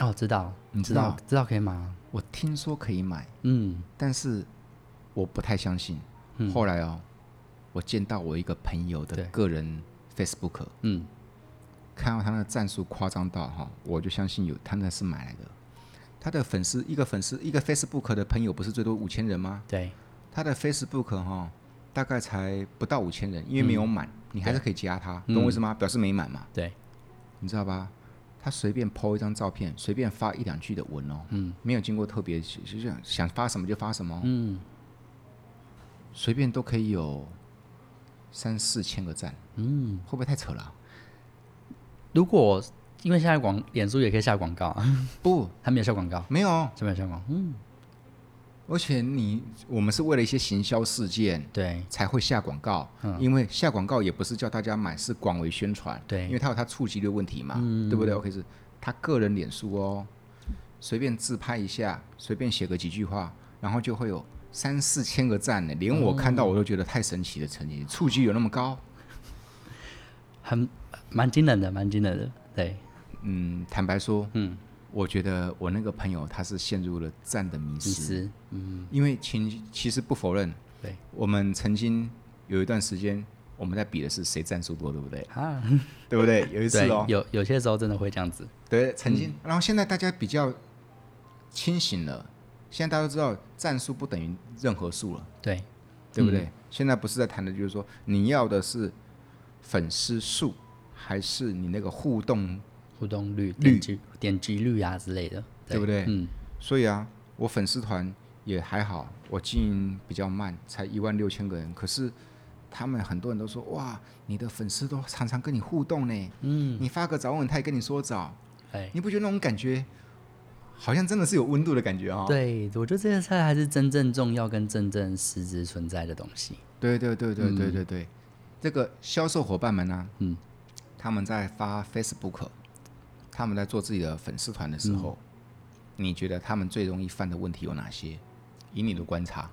哦，知道，
你知
知
道
道，知道可以吗？
我听说可以买，
嗯，
但是我不太相信。后来哦，我见到我一个朋友的
对
个人 Facebook，
嗯，
看到他那个战术夸张到哈，我就相信有他那是买来的。他的粉丝一个粉丝一个 Facebook 的朋友不是最多五千人吗？
对，
他的 Facebook 哈大概才不到五千人，因为没有满，你还是可以加他，懂我意思吗？表示没满嘛，
对，
你知道吧？他随便 PO 一张照片，随便发一两句的文哦，嗯，没有经过特别就想想发什么就发什么，嗯，随便都可以有三四千个赞，嗯，会不会太扯了啊、
如果因为现在广脸书也可以下广告啊，
不，
他没有下广告，
没有，
这没有下广告，嗯，
而且你我们是为了一些行销事件
对，
才会下广告，
嗯
因为下广告也不是叫大家买，是广为宣传。
对嗯
因为它有它触及的问题嘛，对不对？OK，是他个人脸书哦，随便自拍一下，随便写个几句话，然后就会有三四千个赞呢，连我看到我都觉得太神奇的成
哦
绩，触及有那么高？
很蛮惊人的，蛮惊人的，对，
嗯，坦白说，嗯，我觉得我那个朋友他是陷入了赞的迷
隐私，
因为其其实不否认，
对，
我们曾经有一段时间我们在比的是谁战术多，对不对？
啊，
对不对？有一次
对
哦，，
有有些时候真的会这样子，
对，曾经。然后现在大家比较清醒了，现在大家都知道战术不等于任何数了，
对，
对不对？现在不是在谈的就是说你要的是粉丝数，还是你那个互动，
互动率、点击点击率啊之类的，
对不对？
嗯，
所以啊，我粉丝团也还好，我经营比较慢，才一万六千个人，可是。他们很多人都说哇，你的粉丝都常常跟你互动呢，嗯，你发个早晚，他也跟你说早，
哎，
你不觉得那种感觉，好像真的是有温度的感觉哦？
对，我觉得这些菜还是真正重要跟真正实质存在的东西。
对对对对对对对，
嗯
这个销售伙伴们呢、嗯，他们在发 Facebook，他们在做自己的粉丝团的时候，你觉得他们最容易犯的问题有哪些？以你的观察，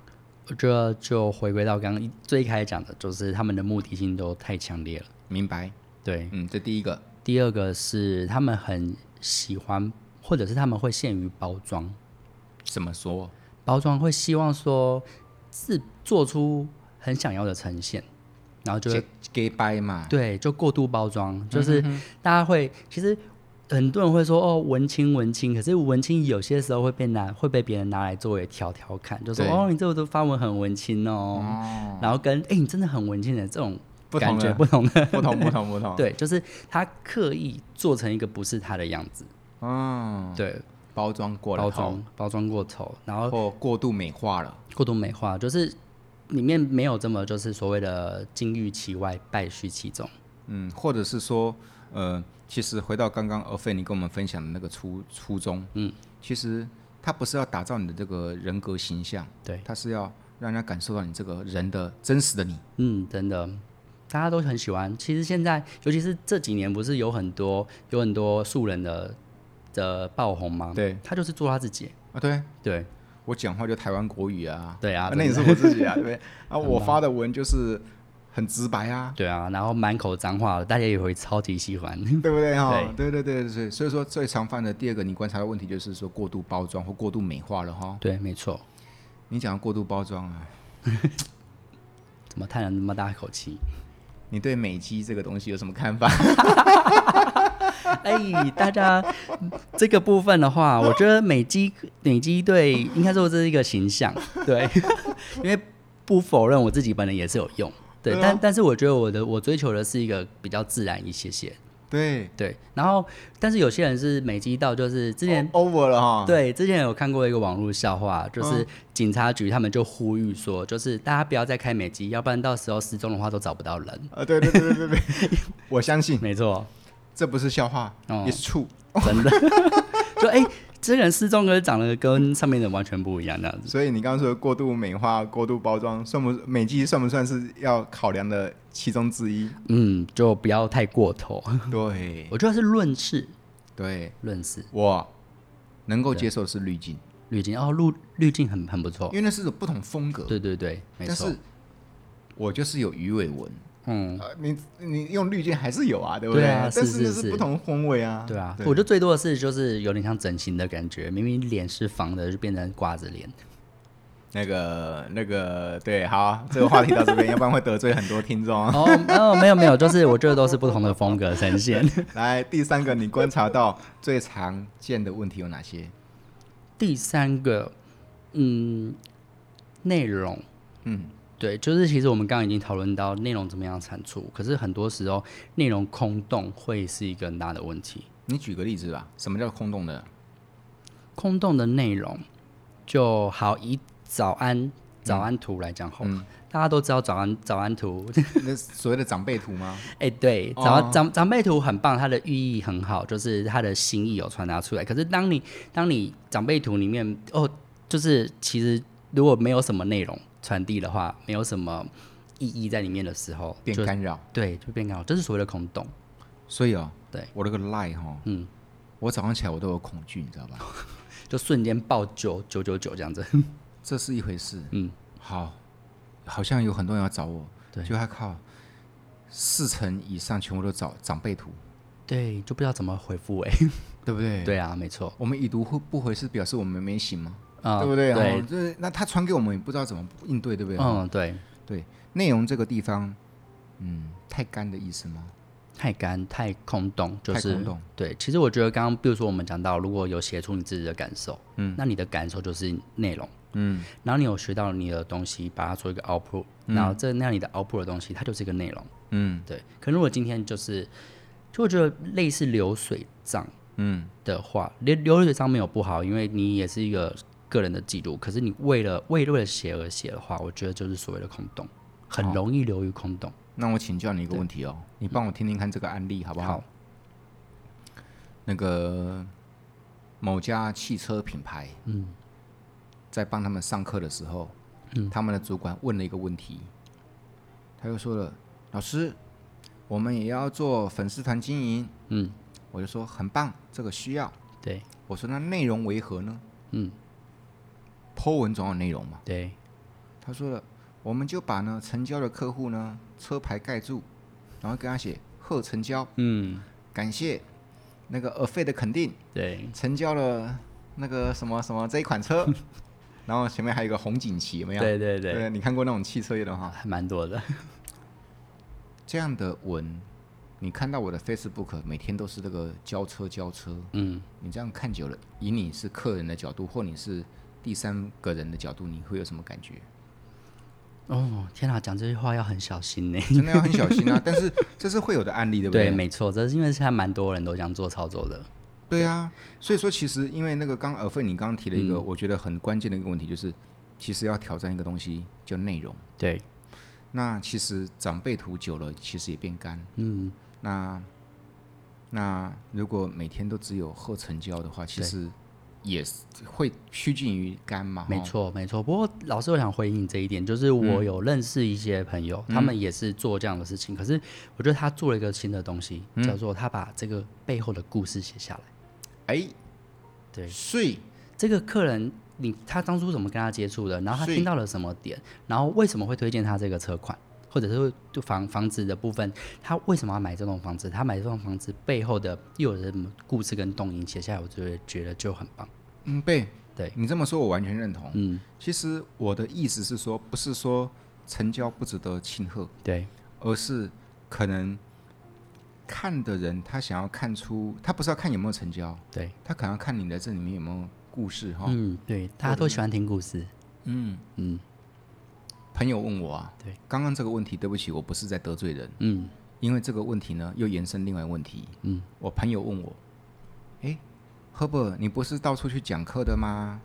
我觉得就回归到刚刚一最一开始讲的，就是他们的目的性都太强烈了。
明白？
对，
嗯，这第一个，
第二个是他们很喜欢，或者是他们会限于包装，
怎么说？
包装会希望说自做出很想要的呈现，然啊后就会
gay 掰嘛，
对，就过度包装，
嗯
就是大家会、其实很多人会说哦文青文青，可是文青有些时候会被拿会被别人拿来作为调调侃，就说
对
哦你这个都发文很文青哦，然后跟哎、你真的很文青的这种
不同
感觉
的
不同的，
不同不同不同，，
对，就是他刻意做成一个不是他的样子，
嗯，
对，
包装过
包
了头，
装包装过头，然后
或过度美化了，
过度美化，就是里面没有这么就是所谓的金玉其外，败絮其中。
嗯，或者是说，呃，其实回到刚刚阿飞你跟我们分享的那个初初衷，嗯，其实他不是要打造你的这个人格形象，
对，
他是要让人家感受到你这个人的真实的你，
嗯，真的，大家都很喜欢。其实现在，尤其是这几年，不是有很多有很多素人的的爆红吗？
对，
他就是做他自己。
啊，对
对，
我讲话就台湾国语啊，
对啊
那也是我自己啊，对 不对？啊，我发的文就是很直白啊，
对啊，然后满口脏话，大家也会超级喜欢。
对不对哈？对对对对对，所以说最常犯的第二个你观察的问题就是说过度包装或过度美化了哈。
对，没错。
你讲的过度包装啊，
怎么叹了那么大口气？
你对美肌这个东西有什么看 法？
哎，大家这个部分的 话，我觉得美肌美肌对应该说这是一个形象， 对，因为不否认我自己本人也是有用，对，
对啊
但但是我觉得我的我追求的是一个比较自然一些些，
对
对，然后但是有些人是美肌到就是之前。
o v e r 了哈。
对，之前有看过一个网络笑话，就是警察局他们就呼吁说，就是大家不要再开美肌，要不然到时候失踪的话都找不到人。
啊，对对对对对对， 我相信
没错，
这不是笑话
哦
，It's true。
真的，就哎、这个人失踪哥长得跟上面的完全不一样，这样子。
所以你刚刚说的过度美化、过度包装，算不美肌算不算是要考量的其中之一？
嗯，就不要太过头。
对
我觉得是论事，
对，
论事，
我能够接受的是滤镜，
滤镜哦，滤滤镜很很不错
因。为那是种不同风格。
对对对，没
但
错
是。我就是有鱼尾纹，
嗯，
呃，你你用滤镜还是有啊，对不
对啊
但
是
是那
是
是
是
不同风味啊。
对啊，我觉得最多的是就是有点像整形的感觉，明明脸是防的，就变成挂着脸。
那个那个，对，好，这个话题到这 边，要不然会得罪很多听众。
哦哦，没有没有，就是我觉得都是不同的风格呈 现。
来，第三个，你观察到最常见的问题有哪些？
第三个，嗯，内容，
嗯，
对，就是其实我们刚刚已经讨论到内容怎么样产出，可是很多时候内容空洞会是一个很大的问题。
你举个例子吧，什么叫空洞 的？
空洞的内容就好，以早安
嗯
早安图来讲好了，大家都知道早安早安图，
那所谓的长辈图吗？
哎、对，
哦
早、长长辈图很棒，它的寓意很好，就是它的心意有传达出来。可是当你当你长辈图里面哦，就是其实如果没有什么内容传递的话，没有什么意义在里面的时候，
变
就
干扰。
对，就变干扰，这是所谓的空洞。
所以哦，
对，
我那个赖哈，嗯，我早上起来我都有恐惧，你知道吧？
就瞬间爆九九九九这样子。
这是一回事。
嗯，
好，好像有很多人要找我，
对
就他靠四成以上全部都找长辈图，
对，就不知道怎么回复哎、
对不对？，
对啊，没错。
我们已读不不回是表示我们没醒吗？
啊、
对不对？
对
哦，就是那他传给我们也不知道怎么应对，对不对？
嗯，对，
对，内容这个地方，嗯，太干的意思吗？
太干太空洞，就
太
是
空洞
对。其实我觉得刚刚，比如说我们讲到，如果有写出你自己的感受，嗯，那你的感受就是内容，
嗯，
然后你有学到你的东西，把它做一个 output，、然后这那你的 output 的东西，它就是一个内容，
嗯
对。可如果今天就是，就我觉得类似流水账
嗯，
的话，流流水账没有不好，因为你也是一个个人的记录。可是你为了为为了写而写的话，我觉得就是所谓的空洞，很容易流于空洞。
那我请教你一个问题哦，你帮我听听看这个案例好不好？
好
那个某家汽车品牌，嗯，在帮他们上课的时候，嗯，他们的主管问了一个问题，他就说了：“老师，我们也要做粉丝团经营。”
嗯，
我就说很棒，这个需要。
对，
我说那内容为何呢？嗯， Po 文总有内容嘛。
对，
他说了，我们就把呢成交的客户呢车牌盖住，然后跟他写贺成交，
嗯，
感谢那个尔费的肯定，
对，
成交了那个什么什么这一款 车，然后前面还有一个红锦旗，有没有？
对对对，
你看过那种汽车业的哈？
还蛮多的，
这样的文，你看到我的 Facebook 每天都是这个交车交车，
嗯，
你这样看久了，以你是客人的角度，或你是第三个人的角度，你会有什么感觉？
哦，天哪，讲这句话要很小心呢。
真的要很小心啊！但是这是会有的案例，对不对？
没错，这是因为现在蛮多人都这样做操作的。
对啊，所以说其实因为那个刚尔费，你刚刚提了一
嗯
个、我觉得很关键的一个问题，就是其实要挑战一个东西叫内容。
对，
那其实长辈图久了，其实也变干。嗯，那那如果每天都只有贺成交的话，其实也是会趋近于干嘛？
没
齁，
错，没错。不过老师，我想回应你这一点，就是我有认识一些朋友，他们也是做这样的事情，可是我觉得他做了一个新的东西，叫做他把这个背后的故事写下来。
哎，
对，
睡
这个客人。你他当初怎么跟他接触的？然后他
是
听到了什么点？然后为什么会推荐他这个车款，或者是就房房子的部分，他为什么要买这栋房子？他买这栋房子背后的又有什么故事跟动因写下来？我就会觉得就很棒。
嗯，贝，
对
你这么说，我完全认同。
嗯，
其实我的意思是说，不是说成交不值得庆贺，
对，
而是可能看的人他想要看出，他不是要看有没有成交，
对，
他可能要看你的这里面有没有故事哈。
嗯，对，大家都喜欢听故事。
嗯，
嗯
朋友问我啊，
对，
刚刚这个问题，对不起，我不是在得罪人，
嗯
因为这个问题呢又延伸另外一个问题。
嗯，
我朋友问我，哎，赫伯，你不是到处去讲课的吗？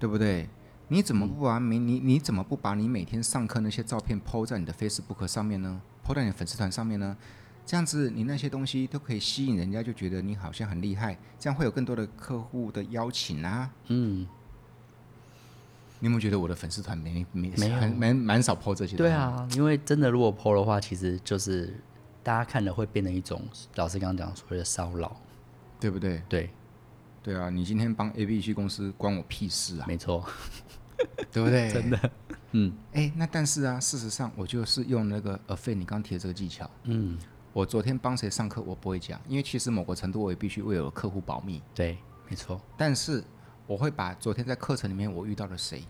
对不对？你怎么不把每你你怎么不把你每天上课那些照片 PO 在你的 Facebook 上面呢？PO 在你的粉丝团上面呢？这样子你那些东西都可以吸引人家，就觉得你好像很厉害，这样会有更多的客户的邀请啊。
嗯，
你有没有觉得我的粉丝团没没
没有
很蛮蛮少 PO 这些？
对，啊，因为真的如果 PO 的话，其实就是大家看了会变成一种老师刚刚讲所谓的骚扰。
对不对？
对，
对啊，你今天帮 A B C 公司关我屁事啊，
没错，
对不对？ 真的，
嗯
哎，那但是啊，事实上我就是用那个呃，费你刚提的这个技巧。
嗯，
我昨天帮谁上课，我不会讲，因为其实某个程度我也必须为我的客户保密。
对，没错，
但是我会把昨天在课程里面我遇到了谁，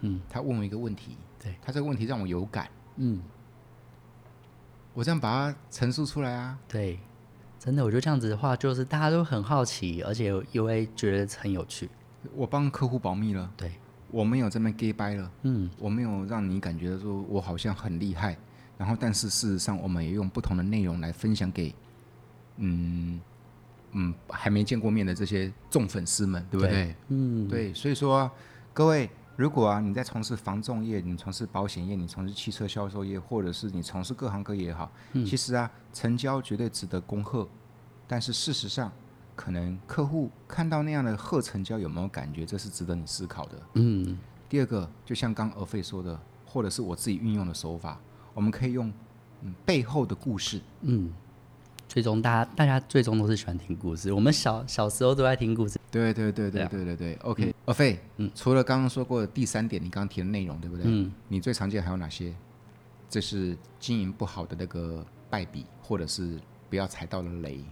嗯，
他问我一个问题，
对
他这个问题让我有感，
嗯，
我这样把它陈述出来啊。
对，真的，我觉得这样子的话，就是大家都很好奇，而且又会觉得很有趣。
我帮客户保密了，
对，
我没有这边 gay 掰了，
嗯，
我没有让你感觉到说我好像很厉害，然后但是事实上我们也用不同的内容来分享给，嗯嗯还没见过面的这些重粉丝们，对不对？
对嗯，
对，所以说啊、各位，如果啊你在从事房仲业，你从事保险业，你从事汽车销售业，或者是你从事各行各业也好，
嗯
其实啊成交绝对值得恭贺，但是事实上。可能客户看到那样的贺成交有没有感觉，这是值得你思考的。
嗯，
第二个，就像刚俄费说的，或者是我自己运用的手法，我们可以用嗯背后的故事，
嗯，最终大家大家最终都是喜欢听故事。我们小小时候都在听故事。
对对对
对
对
啊
对对对，OK，俄费，除了刚刚说过的第三点，你刚刚提的内容，对不对？
嗯，
你最常见还有哪些？这是经营不好的那个败笔，或者是不要踩到了雷。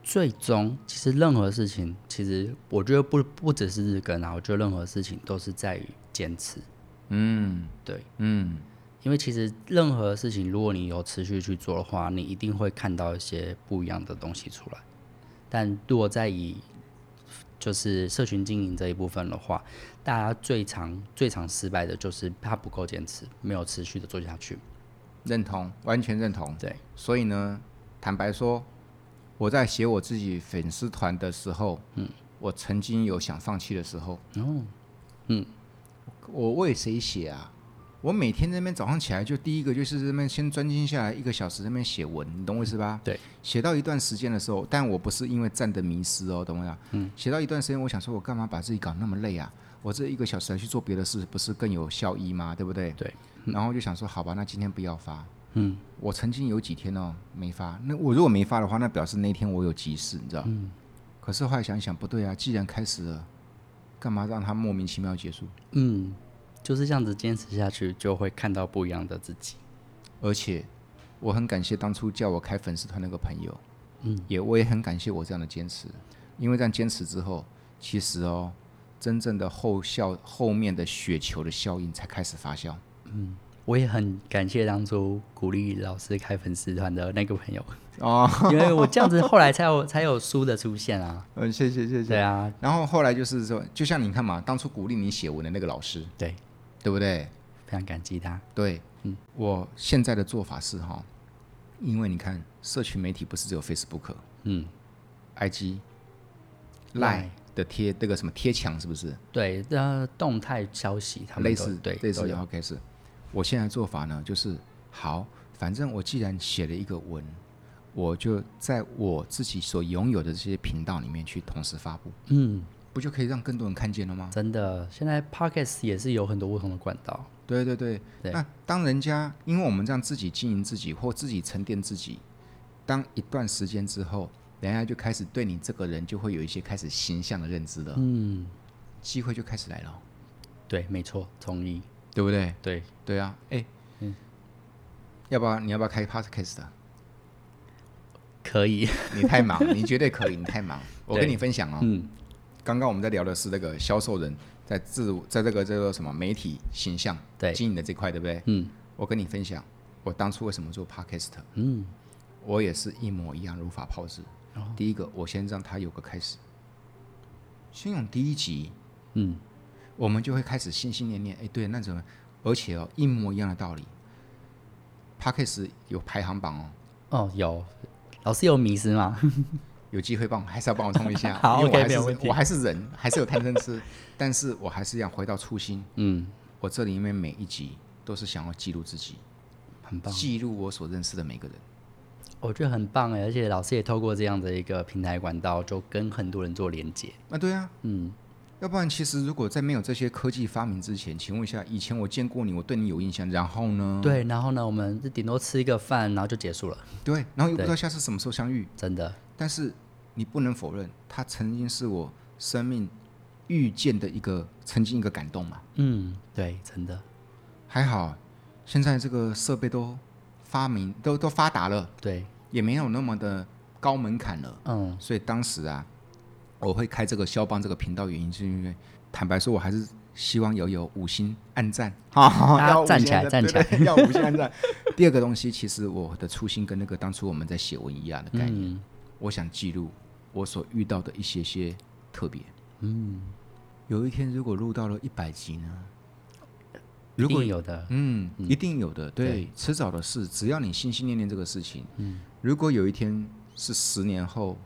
最终，其实任何事情，其实我觉得不不只是日更啊，我觉得任何事情都是在于坚持。
嗯
对，
嗯，
因为其实任何事情，如果你有持续去做的话，你一定会看到一些不一样的东西出来。但如果在以就是社群经营这一部分的话，大家最常最常失败的就是他不够坚持，没有持续的做下去。
认同，完全认同。
对，
所以呢，坦白说，我在写我自己粉丝团的时候，嗯，我曾经有想放弃的时候。
哦，
我为谁写啊？我每天在那边早上起来就第一个就是这边先专心下来一个小时在那边写文，你懂我意思吧？
对，
写到一段时间的时候，但我不是因为站的迷失哦，懂我意思吧？嗯，写到一段时间，我想说我干嘛把自己搞那么累啊？我这一个小时来去做别的事，不是更有效益吗？对不对？
对。
然后就想说，好吧，那今天不要发。
嗯，
我曾经有几天哦没发，那我如果没发的话，那表示那天我有急事，你知道？嗯。可是后来想一想，不对啊，既然开始了，干嘛让它莫名其妙结束？
嗯，就是这样子坚持下去，就会看到不一样的自己。
而且我很感谢当初叫我开粉丝团那个朋友，嗯，也我也很感谢我这样的坚持，因为这样坚持之后，其实哦，真正的后效后面的雪球的效应才开始发酵。
我也很感谢当初鼓励老师开粉丝团的那个朋友，
哦，
因为我这样子后来才有才有书的出现啊。
嗯，谢 谢谢
对。啊，
然后后来就是说，就像你看嘛，当初鼓励你写文的那个老师，
对，
对不对？
非常感激他。
对，嗯，我现在的做法是哈，因为你看，社群媒体不是只有 Facebook、
嗯，
IG、
Line
Line 的贴那个什么贴墙，是不是？
对，呃，动态消息他们
类
都
似
对
类
都
似
有
OK 是。我现在做法呢，就是好，反正我既然写了一个文，我就在我自己所拥有的这些频道里面去同时发布，
嗯，
不就可以让更多人看见了吗？
真的，现在 podcast 也是有很多不同的管道。
对对对，
对
那当人家因为我们这样自己经营自己或自己沉淀自己，当一段时间之后，人家就开始对你这个人就会有一些开始形象的认知了，
嗯，
机会就开始来了，
对，没错，同意。
对不对？
对，嗯
对啊，哎，要不要你要不要开 podcast？啊
可以。
你太忙， 你绝对可以，你太忙。我跟
对
你分享哦，
嗯，
刚刚我们在聊的是那个销售人在自我在这个这个什么媒体形象
对
经营的这块，对不对？
嗯
我跟你分享，我当初为什么做 podcast。
嗯，哦
我也是一模一样如法炮制。第一个，我先让他有个开始，先用第一集，
嗯，
我们就会开始心心念念，哎，对，那怎么？而且哦，一模一样的道理。p a c k a g e 有排行榜哦，
哦，有，老师有迷失吗？，
有机会帮我，还是要帮我冲一下
好
因为我还
OK，没
是
有问题
我还是人， 还是有贪嗔痴，但是我还是要回到初心。
嗯，
我这里面每一集都是想要记录自己，
很棒，
记录我所认识的每个人。
我觉得很棒哎，而且老师也透过这样的一个平台管道，就跟很多人做连接。
啊，对啊，
嗯，
要不然，其实如果在没有这些科技发明之前，请问一下，以前我见过你，我对你有印象，然后呢？
对，然后呢，我们就顶多吃一个饭，然后就结束了，
对，然后又不知道下次什么时候相遇，
真的。
但是你不能否认，他曾经是我生命遇见的一个曾经一个感动嘛。
嗯，对，真的，
还好，现在这个设备都发明都都发达了，
对，
也没有那么的高门槛了。
嗯，
所以当时啊，我会开这个肖邦这个频道，原因是因为坦白说，我还是希望有有五星暗赞， 好好
大家
要五星
站起来
按
站
对
起来
对 要五星暗赞。第二个东西，其实我的初心跟那个当初我们在写文一样的概念，我想记录我所遇到的一些些特别。嗯，有一天如果录到了一百集呢？
一
如果
定有的，
嗯，一定有的，对，迟早的事。只要你心心念念这个事情，嗯，如果有一天是十年后，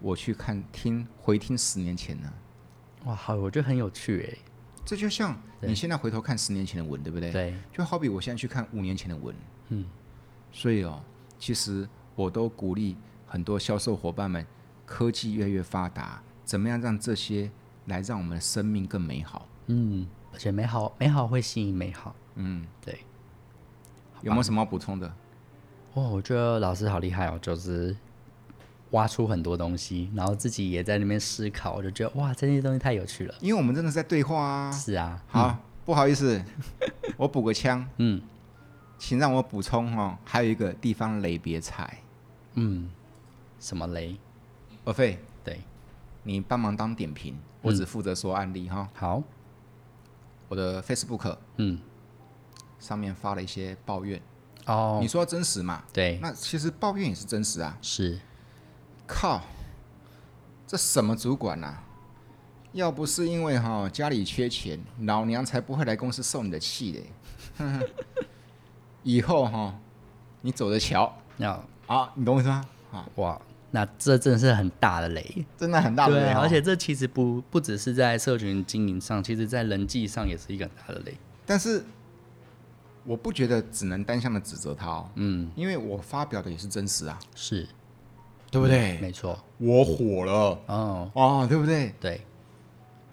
我去看听回听十年前呢，
哇，好，我觉得很有趣
这就像你现在回头看十年前的文，对不
哎。
对？
对，
就好比我现在去看五年前的文，
嗯，
所以哦，其实我都鼓励很多销售伙伴们，科技越来越发达，怎么样让这些来让我们的生命更美好？
嗯，而且美好，美好会吸引美好。
嗯，
对，
有没有什么要补充的？
哇，哦我觉得老师好厉害哦，就是挖出很多东西，然后自己也在那边思考，我就觉得哇，这些东西太有趣了。
因为我们真的是在对话啊。
是啊，
好，不好意 思，我补个枪，
嗯
请让我补充哦，还有一个地方雷别踩。
嗯，什么雷？
尔费，
对，
你帮忙当点
嗯
评，我只负责说案例哈、
好，
我的 Facebook
嗯，
上面发了一些抱怨，
哦哎
你，说真实嘛？
对，
那其实抱怨也是真实啊。
是，
靠，这什么主管呐、要不是因为哈、家里缺钱，老娘才不会来公司受你的气嘞。 以后哈、你走着瞧
那
啊，你懂我意思吗？啊，
哇，那这真的是很大的雷。
真的很大的
对
雷
啊，
哦
而且这其实不不只是在社群经营上，其实在人际上也是一个很大的雷。
但是我不觉得只能单向的指责他哦，
嗯，
因为我发表的也是真实啊，
是，
对不对？
没错。
我火了
哦，
哦，对不对？
对，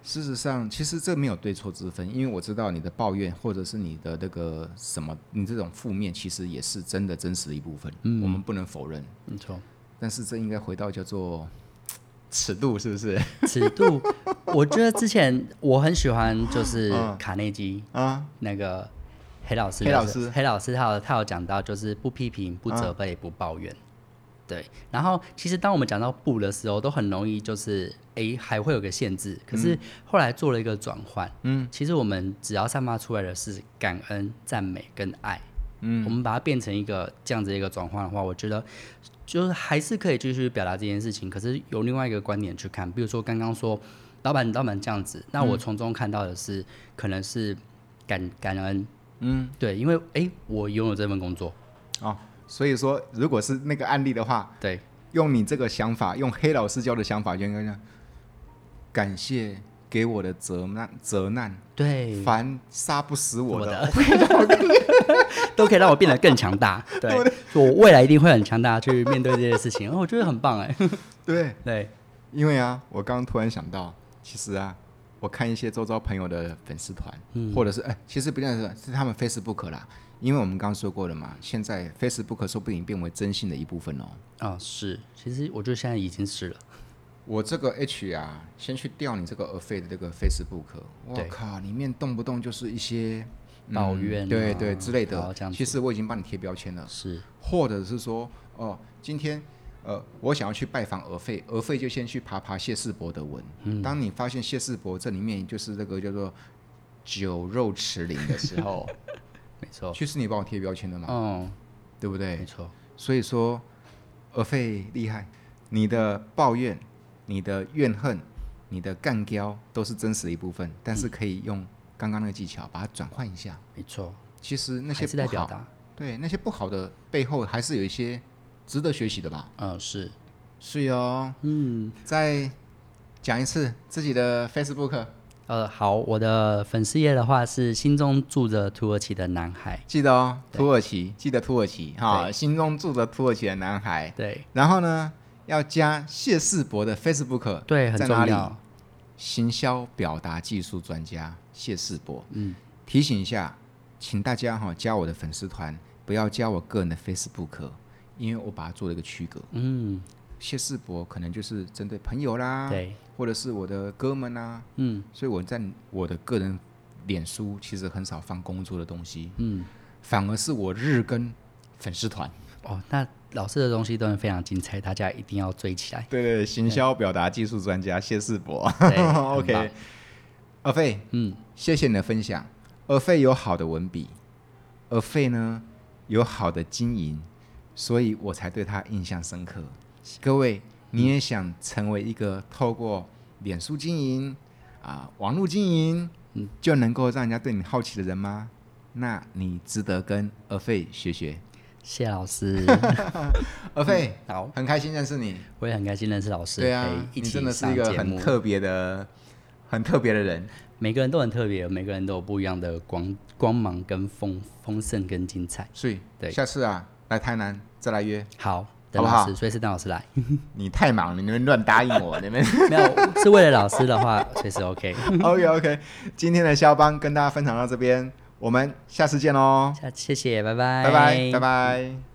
事实上，其实这没有对错之分，因为我知道你的抱怨或者是你的那个什么，你这种负面其实也是真
嗯
的真实的一部分，我们不能否认。
没错。
但是这应该回到叫做尺度是不 是？
尺度，我觉得之前我很喜欢就是卡内基
啊，
那个黑老师，
黑老师
黑老师他有他有讲到，就是不批评、不责备、不抱怨。对，然后其实当我们讲到不的时候，都很容易就是诶，还会有个限制。可是后来做了一个转换，
嗯，
其实我们只要散发出来的是感恩、赞美跟爱，
嗯
我们把它变成一个这样子的一个转换的话，我觉得就是还是可以继续表达这件事情。可是由另外一个观点去看，比如说刚刚说老板，老板这样子，
嗯
那我从中看到的是、可能是感感恩，
嗯，
对，因为诶，我拥有这份工作，
哦，所以说如果是那个案例的话，
对，
用你这个想法，用黑老师教的想法，就应该这样，感谢给我的责难责难，
对，
凡杀不死我的，
都可以让我变得更强大。对，我未来一定会很强大去面对这些事情。哦，我觉得很棒哎。
对，
对，
因为啊，我刚刚突然想到，其实啊，我看一些周遭朋友的粉丝团，或者是哎、其实不见得是是他们 Facebook 啦，因为我们刚刚说过了嘛，现在 Facebook 说不定变为征信的一部分哦。
哦，是，其实我觉得现在已经是了。
我这个 H 啊，先去调你这个 a f 的这个 Facebook，我
对
靠，里面动不动就是一些
抱怨啊
嗯对对之类
然后
的
这样。子
其实嗯我已经帮你贴标签了，
是，
或者是说，哦、今天呃，我想要去拜访俄费，俄费就先去爬爬谢世博的文。
嗯
当你发现谢世博这里面就是这个叫做酒肉驰名的时候，
没 错。
其实你帮我贴标签了嘛，
哦，
对不对
没？错。
所以说，俄费厉害，你的抱怨、你的怨恨、你的干胶都是真实的一部分，但是可以用刚刚那个技巧把它转换一下。
没错，
其实那些
还是在
不
表
好，
达，
对那些不好的背后，还是有一些值得学习的吧。
嗯，是，
是哦，
嗯，
再讲一次自己的 Facebook，
呃，好，我的粉丝页的话是心中住着土耳其的男孩，
记得哦，土耳其，记得土耳其哈，心中住着土耳其的男孩。
对，
然后呢，要加谢世博的 Facebook，
对，很
在
重
哪里？
要，
行销表达技术专家谢世博。嗯，提醒一下，请大家哈、加我的粉丝团，不要加我个人的 Facebook，因为我把它做了一个区隔。
嗯，
谢世博可能就是针对朋友啦，
对，
或者是我的哥们啊，
嗯，
所以我在我的个人脸书其实很少放工作的东西，
嗯，
反而是我日更粉丝团。。
哦，那老师的东西都是非常精彩，大家一定要追起来
对对，行销表达技术专家谢世博。
对 很棒
OK，阿费，
嗯，
谢谢你的分享。阿费有好的文笔，阿费呢有好的经营，所以我才对他印象深刻。各位，你也想成为一个透过脸书经营啊、网络经营，
嗯
就能够让人家对你好奇的人吗？那你值得跟阿费学学。
谢谢老 师。
阿费，
好，
很开心认识你。
我也很开心认识老师，
对啊
可以，一
你
起
真的是
上
一个
节
很
目
特别的、很特别的人。
每个人都很特别，每个人都有不一样的光光芒跟丰丰盛跟精彩。
所以，
对
下次啊来台南再来约。
好，等
好不好
老师，随时等老师来。
你太忙了，你们乱答应我， 你们。
没有，是为了老师的话，随时 OK。
OK OK，今天的肖邦跟大家分享到这边，我们下次见喽，
下，谢谢，拜拜，
拜拜拜拜。